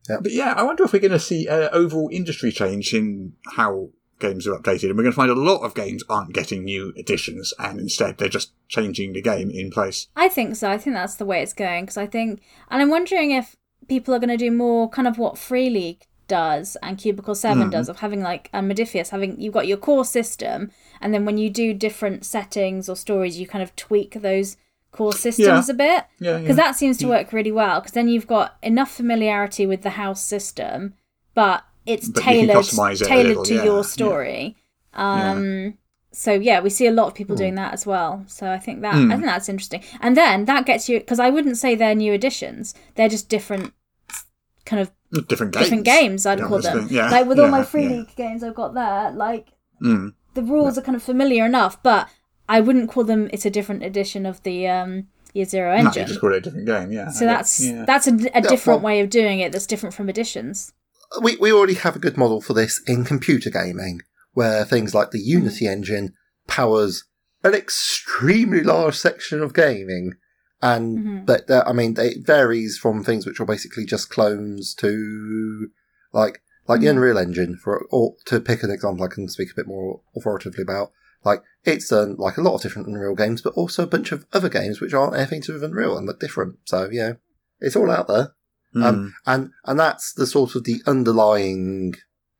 Yep. But yeah, I wonder if we're going to see uh, overall industry change in how games are updated, and we're going to find a lot of games aren't getting new editions, and instead they're just changing the game in place. I think so. I think that's the way it's going because I think, and I'm wondering if people are going to do more kind of what Free League does and Cubicle 7 Hmm. does of having like and Modifius having you've got your core system and then when you do different settings or stories you kind of tweak those core systems Yeah. a bit Yeah, yeah. Hmm. because that seems to work really well because then you've got enough familiarity with the house system but it's But you can tailored customise it a tailored little, to yeah, yeah. your story um so yeah, we see a lot of Hmm. people doing that as well. So I think that I think that's interesting. And then that gets you because I wouldn't say they're new additions; they're just different kind of Different games. different games. I'd Yeah, call that's them the- yeah, like with all yeah, my free yeah. league games I've got there. Like Mm. the rules are kind of familiar enough, but I wouldn't call them. It's a different edition of the um, Year Zero No, engine. you just call it a different game. Yeah. so I that's guess, yeah. that's a, a different well- way of doing it. That's different from editions. we, we already have a good model for this in computer gaming, where things like the Unity engine powers an extremely large section of gaming. And that, that- I mean, it varies from things which are basically just clones to like Like the Unreal Engine, for or to pick an example I can speak a bit more authoritatively about, like it's done like a lot of different Unreal games, but also a bunch of other games which aren't anything to do with Unreal and look different. So you know, it's all out there. Mm, Um, and and that's the sort of the underlying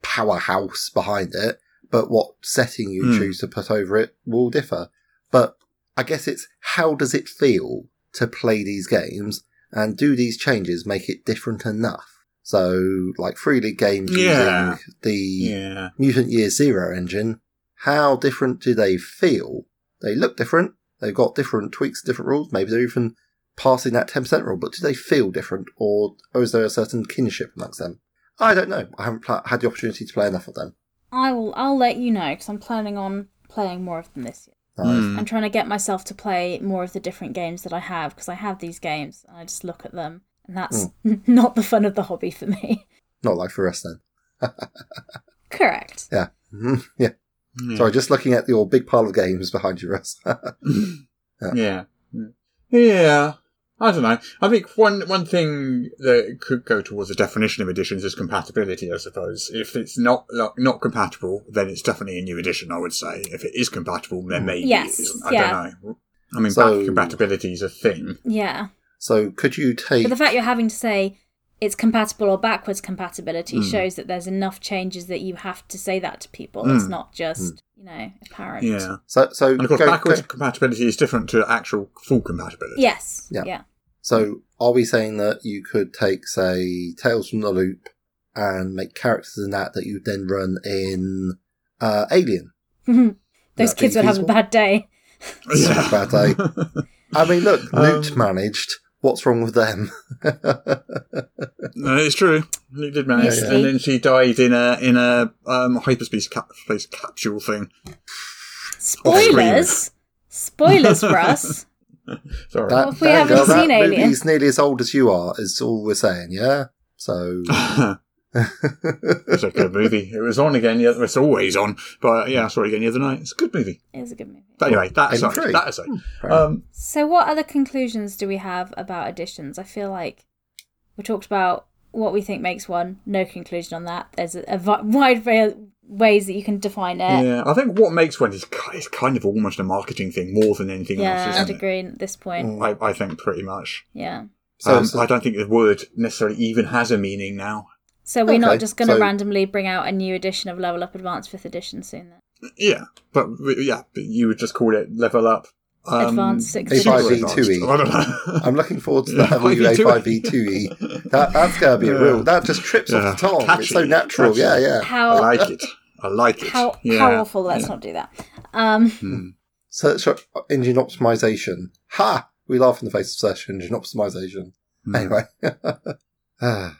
powerhouse behind it. But what setting you Mm. choose to put over it will differ. But I guess it's how does it feel to play these games, and do these changes make it different enough? So, like Free League games Yeah. using the yeah. Mutant Year Zero engine, how different do they feel? They look different. They've got different tweaks, different rules. Maybe they're even passing that 10% rule, but do they feel different or, or is there a certain kinship amongst them? I don't know. I haven't pla had the opportunity to play enough of them. I will. I'll let you know because I'm planning on playing more of them this year. Hmm. Nice. Mm. I'm trying to get myself to play more of the different games that I have because I have these games and I just look at them and that's Mm. not the fun of the hobby for me. Not like for us then. Correct. Yeah. Mhm. yeah. Hmm. Sorry, just looking at your big pile of games behind you, Russ. Yeah. Yeah. I don't know. I think one one thing that could go towards the definition of editions is compatibility. I suppose if it's not like, not compatible, then it's definitely a new edition. I would say if it is compatible, then maybe Mm. Yes, it isn't. I yeah. don't know. I mean, So- back compatibility is a thing. Yeah. so could you take. But the fact you're having to say it's compatible or backwards compatibility Mm. shows that there's enough changes that you have to say that to people. It's Mm. not just, you know, apparent. Yeah, so, so and of course, go- backwards go- compatibility is different to actual full compatibility. Yes. Yeah. Yeah. So are we saying that you could take, say, Tales from the Loop and make characters in that that you then run in uh, Alien? Those That'd be kids would have a feasible? bad day. Yeah. Um, Bad day. I mean, look, Newt managed. What's wrong with them? No, it's true. He did manage, Yeah, yeah. and then she died in a in a um, hyperspace cap- space capsule thing. Spoilers. Spoilers for us. Sorry. That- if we there you haven't go, that seen Alien? movie's nearly as old as you are, is all we're saying, yeah? So, it's a good movie. It was on again. The other, it's always on. But yeah, I saw it again the other night. It's a good movie. It was a good movie. But anyway, that Maybe aside, three. that aside. fair Um, So, what other conclusions do we have about additions? I feel like we talked about what we think makes one. No conclusion on that. There's a, a vi- wide ra- ways that you can define it. yeah, I think what makes one is ki- it's kind of almost a marketing thing more than anything Yeah, else. I'd Isn't it? agree at this point. I, I think pretty much. Yeah. so, um, so- I don't think the word necessarily even has a meaning now. So we're Okay, not just going to so- randomly bring out a new edition of Level Up Advanced Fifth Edition soon. Then Yeah, but we- yeah, but you would just call it level up. Um, Advanced Sixth super Edition. 5v2e. advanced. I don't know. E. I'm looking forward to Yeah, that W A 5 B 2 E. That that's gonna be a Yeah. real. That just trips off the Yeah. tongue. it's so Catchy, natural. catchy. Yeah, yeah. I how like it. I like it. how yeah. how awful? Let's not do that. Um, Search up engine optimization. Ha! We laugh in the face of search engine optimization. Anyway. Ah.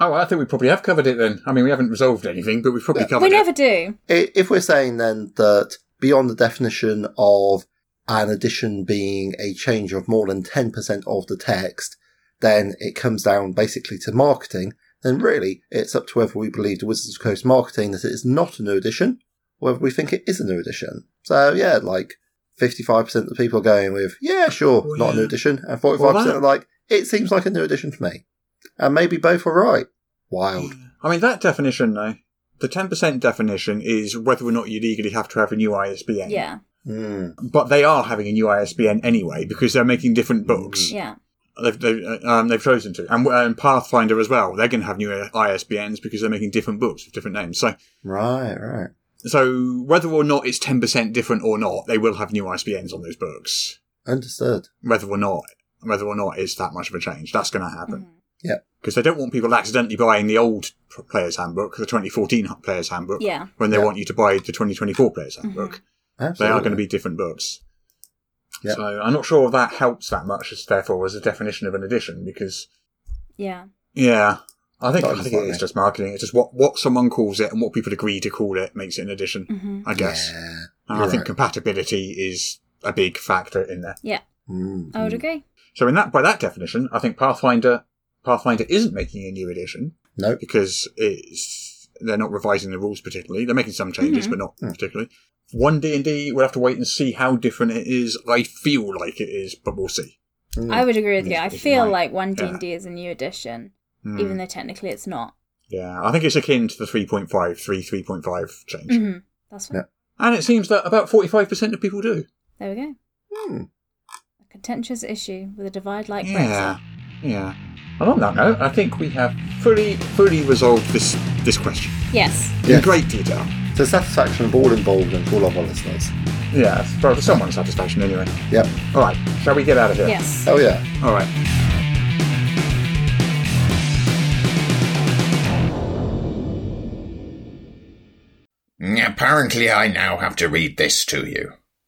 Oh, well, I think we probably have covered it then. I mean, we haven't resolved anything, but we've probably covered we it. never do. I- if we're saying then that beyond the definition of an addition being a change of more than 10% of the text, then it comes down basically to marketing, then really it's up to whether we believe the Wizards of the Coast marketing that it is not a new addition, or whether we think it is a new addition. So yeah, like 55% of the people are going with, yeah, sure, Well, not a new yeah. addition, and 45% Well, that- are like, it seems like a new addition to me. And maybe both are right. Wild. I mean, that definition, though, the 10% definition is whether or not you legally have to have a new ISBN. Yeah, Mm. But they are having a new ISBN anyway because they're making different books. yeah, They've, they've, uh, um, they've chosen to. And, and Pathfinder as well. They're going to have new uh, ISBNs because they're making different books with different names. So, Right, right. so whether or not it's 10% different or not, they will have new ISBNs on those books. Understood. Whether or not, whether or not it's that much of a change. That's going to happen. Yeah. because they don't want people accidentally buying the old p- player's handbook, the 2014 h- player's handbook, Yeah. when they Yeah. want you to buy the 2024 player's handbook. They Absolutely. are going to be different books. Yeah. So I'm not sure if that helps that much, as therefore, as a definition of an edition, because, yeah. yeah, I think, Not I think it exactly. is just marketing. It's just what, what someone calls it and what people agree to call it makes it an edition, I guess. Yeah. And I You're think right. compatibility is a big factor in there. Yeah, Mm. I would agree. So in that, by that definition, I think Pathfinder, Pathfinder isn't making a new edition. Nope. because it's they're not revising the rules particularly. They're making some changes, Mm-hmm. but not Mm. particularly. One D and D, we'll have to wait and see how different it is. I feel like it is, but we'll see. I would agree with you. I It's feel mine. like one D Yeah. and D is a new edition, even though technically it's not. Yeah, I think it's akin to the 3.5, 3, 3.5 change. Mm-hmm. That's fine. Yeah. And it seems that about 45% of people do. There we go. Hmm. A contentious issue with a divide like yeah. Yeah. And on that note, I think we have fully, fully resolved this, this question Brexit. Yes. in Yes. great detail. To the satisfaction of all involved and to all of our listeners. Yeah, for for someone's satisfaction anyway. Yep. All right, shall we get out of here? Yes. Oh yeah. All right. Apparently, I now have to read this to you.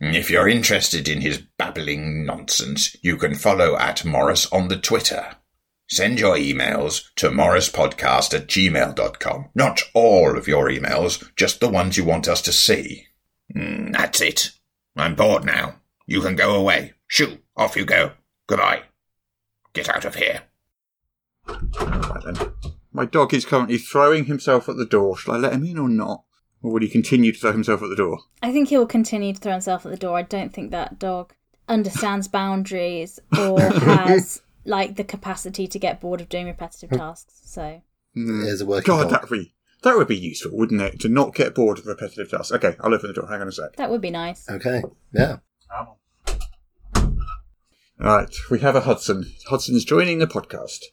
If you're interested in his babbling nonsense, you can follow at Morris on the Twitter. Send your emails to morrispodcast at gmail.com. Not all of your emails, just the ones you want us to see. Mm, that's it. I'm bored now. You can go away. Shoo, off you go. Goodbye. Get out of here. Right then. My dog is currently throwing himself at the door. Shall I let him in or not? Or would he continue to throw himself at the door? I think he will continue to throw himself at the door. I don't think that dog understands boundaries or has like the capacity to get bored of doing repetitive tasks. So Hmm. It is Mm, a working God, dog. that would be that would be useful, wouldn't it? To not get bored of repetitive tasks. Okay, I'll open the door. Hang on a sec. that would be nice. Okay. Yeah. All right, we have a Hudson. Hudson's joining the podcast.